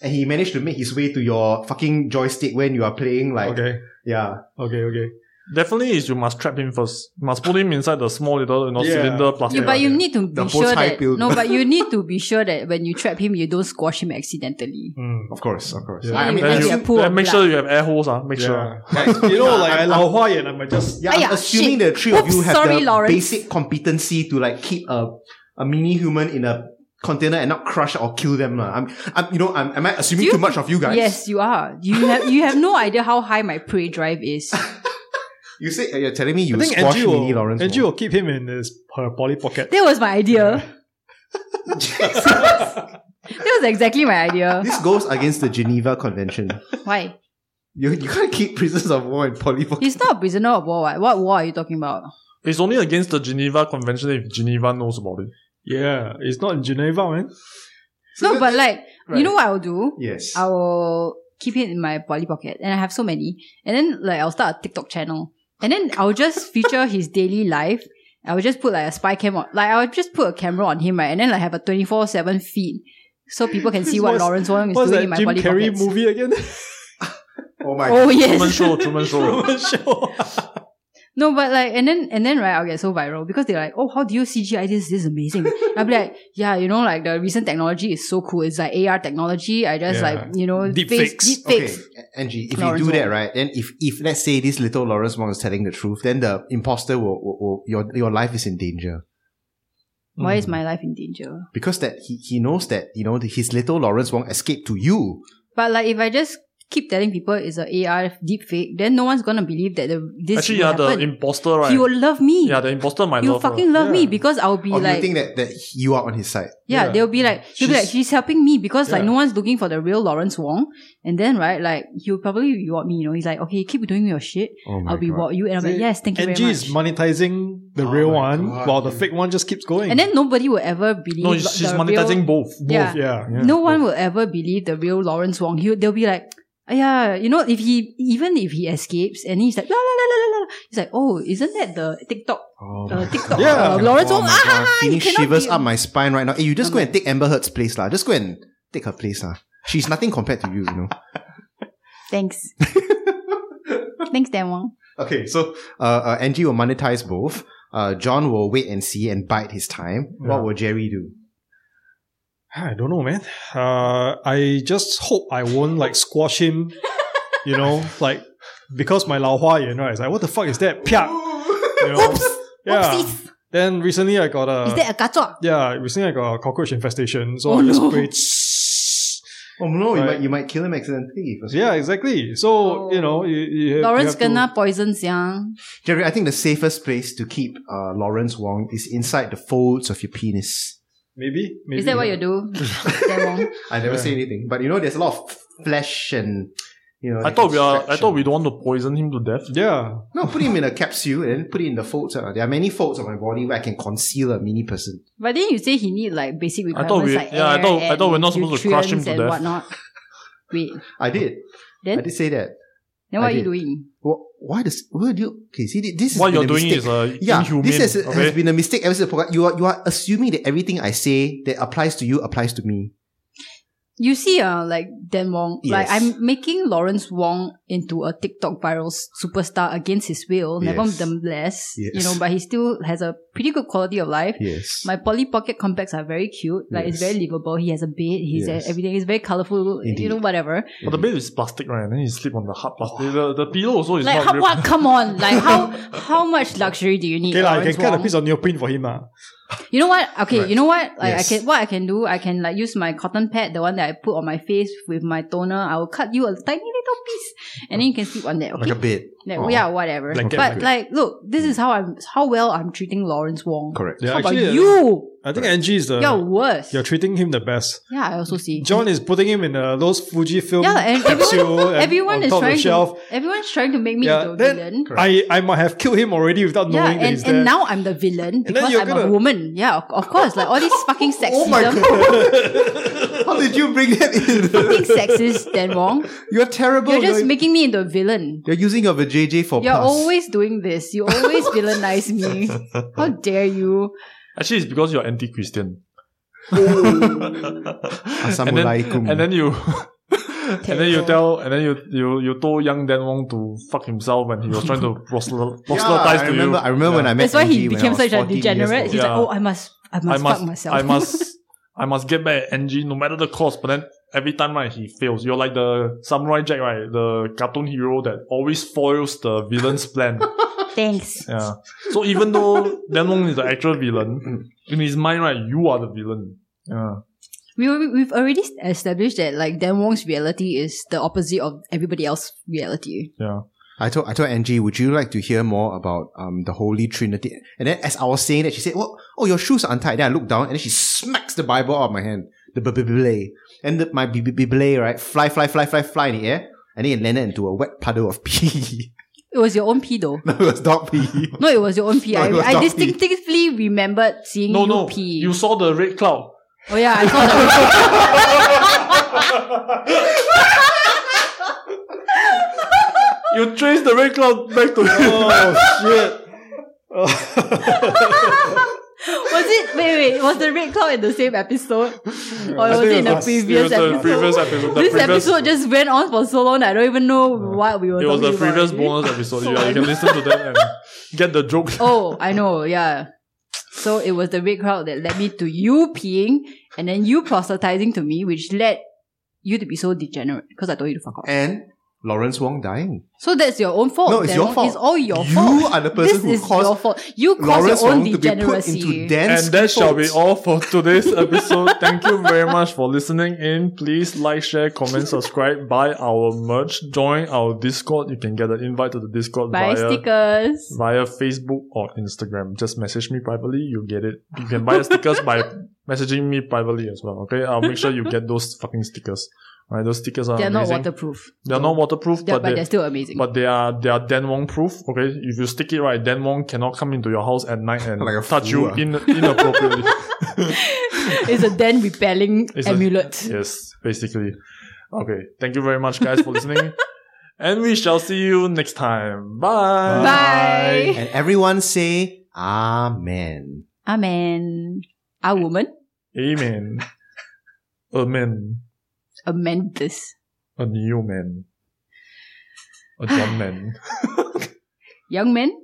And he managed to make his way to your fucking joystick when you are playing like
Okay.
yeah.
Okay, okay.
Definitely is you must trap him first. must put him inside the small little you know,
Yeah.
cylinder plastic.
you, but you need to
The
be sure
bowtie
that
pill.
no, but you need to be sure that when you trap him, you don't squash him accidentally.
Mm.
Of course, of course.
Yeah.
I, I mean
Yeah,
I
then
Actually,
you,
a
assume,
pool
then
of
make
blood.
sure you have air holes, ah. make sure.
Yeah. you know, like I lao hua and I might just
yeah, I'm
Aiya,
assuming
shit.
the three of
Oops,
you have
sorry,
the
Lawrence.
basic competency to like keep a a mini human in a container and not crush or kill them. lah. I'm, I'm you know, I'm am I assuming
Do you-
too much of you guys?
Yes, you are. You have you have no idea how high my prey drive is.
You say uh, you're telling me
I
you
think
squash
Angie
mini
will,
Lawrence.
Angie
Wong.
will keep him in his her poly pocket.
That was my idea. That was exactly my idea.
This goes against the Geneva Convention.
Why?
You, you can't keep prisoners of war and polyvox.
He's not a prisoner of war. Right? What war are you talking about?
It's only against the Geneva Convention if Geneva knows about it.
Yeah, it's not in Geneva, man.
No, but like you know what I'll do?
Yes.
I will keep it in my poly pocket, and I have so many. And then like I'll start a TikTok channel, and then I'll just feature his daily life. I'll just put like a spy cam on, like I'll just put a camera on him, right? And then like have a twenty four seven feed, so people can see what
What's-
Lawrence Wong is
What's
doing
that
in my
Jim
poly
Carrey
pockets.
movie again?
oh my
Oh
Truman
yes,
Show, Truman Show.
Truman Show.
no, but like, and then and then right, I'll get so viral because they're like, oh, how do you CGI this? This is amazing. I'll be like, yeah, you know, like the recent technology is so cool. It's like AR technology. I just
Yeah.
like you know
Deep
face-
fakes.
deep
Okay,
fakes.
Angie, if
Lawrence
you do that,
Wong.
right, then if, if let's say this little Lawrence Wong is telling the truth, then the imposter will, will, will your your life is in danger
Why is my life in danger?
because that he, he knows that you know his little Lawrence Wong escaped to you.
But like, if I just keep telling people it's a AR deep fake, then no one's gonna believe that the, this
Actually,
will
yeah, the
happen.
imposter, right?
He will love me.
yeah, the imposter might
you
love her.
fucking love me
Yeah.
because I'll be
or do
like,
you think that, that you are on his side?
yeah,
Yeah.
they'll be like, they'll be like,
She's-
she's helping me because like
Yeah.
no one's looking for the real Lawrence Wong. And then right, like he'll probably reward me. You know, he's like, okay, keep doing your shit.
Oh my
I'll
God.
reward you, and I'm like,
See,
yes, thank you
Angie
very
is
much.
monetizing the
Oh
real
my
one,
God.
while the fake one just keeps going.
and then nobody will ever believe.
No,
lo-
she's
the
monetizing
real-
both.
both,
yeah.
yeah.
no one will ever believe the real Lawrence Wong. He they'll be like, yeah, you know, if he even if he escapes and he's like la la la la la la, he's like, oh, isn't that the TikTok
Oh
uh,
my
TikTok
God.
Yeah.
uh, Lawrence
Oh
Wong?
my
Ah,
God,
ah, ah, you
feeling
cannot
shivers
be-
up my spine right now. Hey, you just
I'm
go and
like-
take Amber Heard's place, lah. Just go and take her place, lah. She's nothing compared to you, you know.
Thanks. Thanks, Dan Wong.
Okay, so uh, uh, Angie will monetize both. Uh, John will wait and see and bide his time. What
Yeah.
will Jerry do?
Ah, I don't know, man. Uh, I just hope I won't like squash him. You know, like because my Lao Hua Yuan, right? It's like what the fuck is that? Pia. You know?
Oops.
Yeah.
Oopsies.
Then recently I got a
Is that a kacau?
yeah. Recently I got a cockroach infestation, so
Oh,
I just
no.
sprayed.
Oh no, you
Right.
might you might kill him accidentally. if it's-
Yeah, exactly. So
Oh.
you know, you, you have-
Lawrence
you have
kena poison siang.
Jerry, I think the safest place to keep uh, Lawrence Wong is inside the folds of your penis.
to- maybe, maybe.
Is that what you do, Dan Wong?
I never
Yeah.
say anything, but you know, there's a lot of flesh and you know.
I
like
thought we are. I
extraction.
thought we don't want to poison him to death.
Yeah,
No, put him in a capsule and then put it in the folds. Uh, there are many folds of my body where I can conceal a mini person.
But then you say he need like basic
I thought
requirements
we-
like
yeah, I
air
thought- I
and
thought we're not supposed to crush him
nutrients
to
and
death.
whatnot. Wait,
I did.
then
I did say that.
then what
I
are you
did.
doing?
Wha- Why does why do you okay? See, this is
What you're
a
doing
mistake.
is uh,
yeah.
inhumane.
this has,
okay?
has been a mistake ever since the podcast. You are you are assuming that everything I say that applies to you applies to me.
You see, uh, like Dan Wong, like
Yes.
I'm making Lawrence Wong into a TikTok viral s- superstar against his will.
Yes.
Nevertheless, you
Yes.
know, but he still has a pretty good quality of life.
Yes.
My Polly Pocket compacts are very cute. Like it's
Yes.
very livable. He has a bed. He's
Yes.
everything. He's very colorful. You
Indeed.
know, whatever.
but the bed is plastic, right? And then you sleep on the hard plastic. The, the pillow also is
like
not
how,
real.
what? Come on! Like how how much luxury do you need?
okay, lah. I can
Lawrence
cut a
Wong?
piece of neoprene for him, ah.
You know what? Okay,
Right.
you know what? Like
Yes.
I can what I can do, I can like use my cotton pad, the one that I put on my face with my toner. I will cut you a tiny little piece, and then you can sleep on that. Okay,
Like a bit.
Like,
Aw. Hmm.
yeah, whatever.
Blanket,
but
blanket.
like, look, this is how I'm how well I'm treating Lawrence Wong.
Correct.
Yeah,
How
actually,
about you?
I think Angie is the
You're worse.
you're treating him the best.
yeah, I also see.
John is putting him in uh, those Fuji film
Yeah, and
capsule. and
everyone
on
is
top of
trying
the shelf.
to everyone's trying to make me
Yeah,
the
then-
villain.
I, I might have killed him already without
Yeah,
knowing that he's
and,
there.
and now I'm the villain
then
because
you're
I'm a
gonna-
woman. Yeah, of, of course. Like all these fucking sexism,
Oh my god! How did you bring that in?
fucking sexist, Dan Wong.
You're terrible.
You're just
you're,
making me into a villain.
you're using your JJ for
You're
plus.
always doing this. You always villainize me. How dare you?
Actually, it's because you're anti-Christian. and,
Assalamualaikum.
then, and then you. And then you tell, and then you you you told young Dan Wong to fuck himself when he was trying to proselytize
Yeah, I
to
remember.
you.
I remember when I met.
That's why
Angie
he
when I
became
was
such a
14 years old.
degenerate. He's
Yeah.
like, oh, I must, I must, fuck myself.
I must, I must get back at NG no matter the cost. But then every time, right, he fails. You're like the Samurai Jack, right? The cartoon hero that always foils the villain's plan.
Thanks.
Yeah. So even though Dan Wong is the actual villain,
Mm.
in his mind, right, you are the villain. Yeah.
We al- we've already established that like Dan Wong's reality is the opposite of everybody else's reality.
Yeah.
I told I told Angie, would you like to hear more about um the Holy Trinity? And then as I was saying that, she said, "Well, oh, your shoes are untied." Then I looked down, and then she smacks the Bible out of my hand, the Bible, and the, my Bible right, fly, fly, fly, fly, fly in the air. and then it landed into a wet puddle of pee.
It was your own pee though.
no, it was dog pee.
No, it was your own pee.
No,
I,
it was
I
dog pee.
distinctively remembered seeing
No,
you
no.
pee.
You saw the red cloud.
oh yeah, I saw that.
You traced the red cloud back to
oh shit!
was it? Wait, wait. Was the red cloud in the same episode, or was
think
it
it
in the
was last-
It
previous
was the
episode?
previous episode. The
this
previous,
episode just went on for so long. I don't even know what we were.
It was the
talking about
previous
already.
bonus episode. Yeah,
So
you
I
can
know.
listen to that and get the joke.
Oh, I know. Yeah. So it was the red cloud that led me to you peeing, and then you proselytizing to me, which led you to be so degenerate because I told you to fuck off.
and Lawrence Wong dying.
So that's your own fault.
No, it's
then.
your fault.
It's all your
You
fault.
are the person
this
who
is
caused
your fault. You caused
Lawrence
your own
Wong to be put
degeneracy.
into dance.
And that shall be all for today's episode. Thank you very much for listening in. Please like, share, comment, subscribe, buy our merch, join our Discord. You can get an invite to the Discord
Buy
via
stickers.
via Facebook or Instagram. Just message me privately. You get it. You can buy the stickers by messaging me privately as well. Okay, I'll make sure you get those fucking stickers. Right, those stickers are
They're not
amazing.
waterproof.
They're not waterproof,
Yeah,
but,
but,
they,
they're still amazing.
but they are they are Denwong proof. Okay, if you stick it right, Denwong cannot come into your house at night and
Like a
touch
fool,
you
ah.
in, inappropriately.
it's a den repelling
It's a-
amulet.
yes, basically. Okay, thank you very much, guys, for listening, and we shall see you next time. Bye.
Bye.
and everyone say Amen.
Amen. A woman,
Amen. Amen.
a man this.
A new man. A John man.
Young men,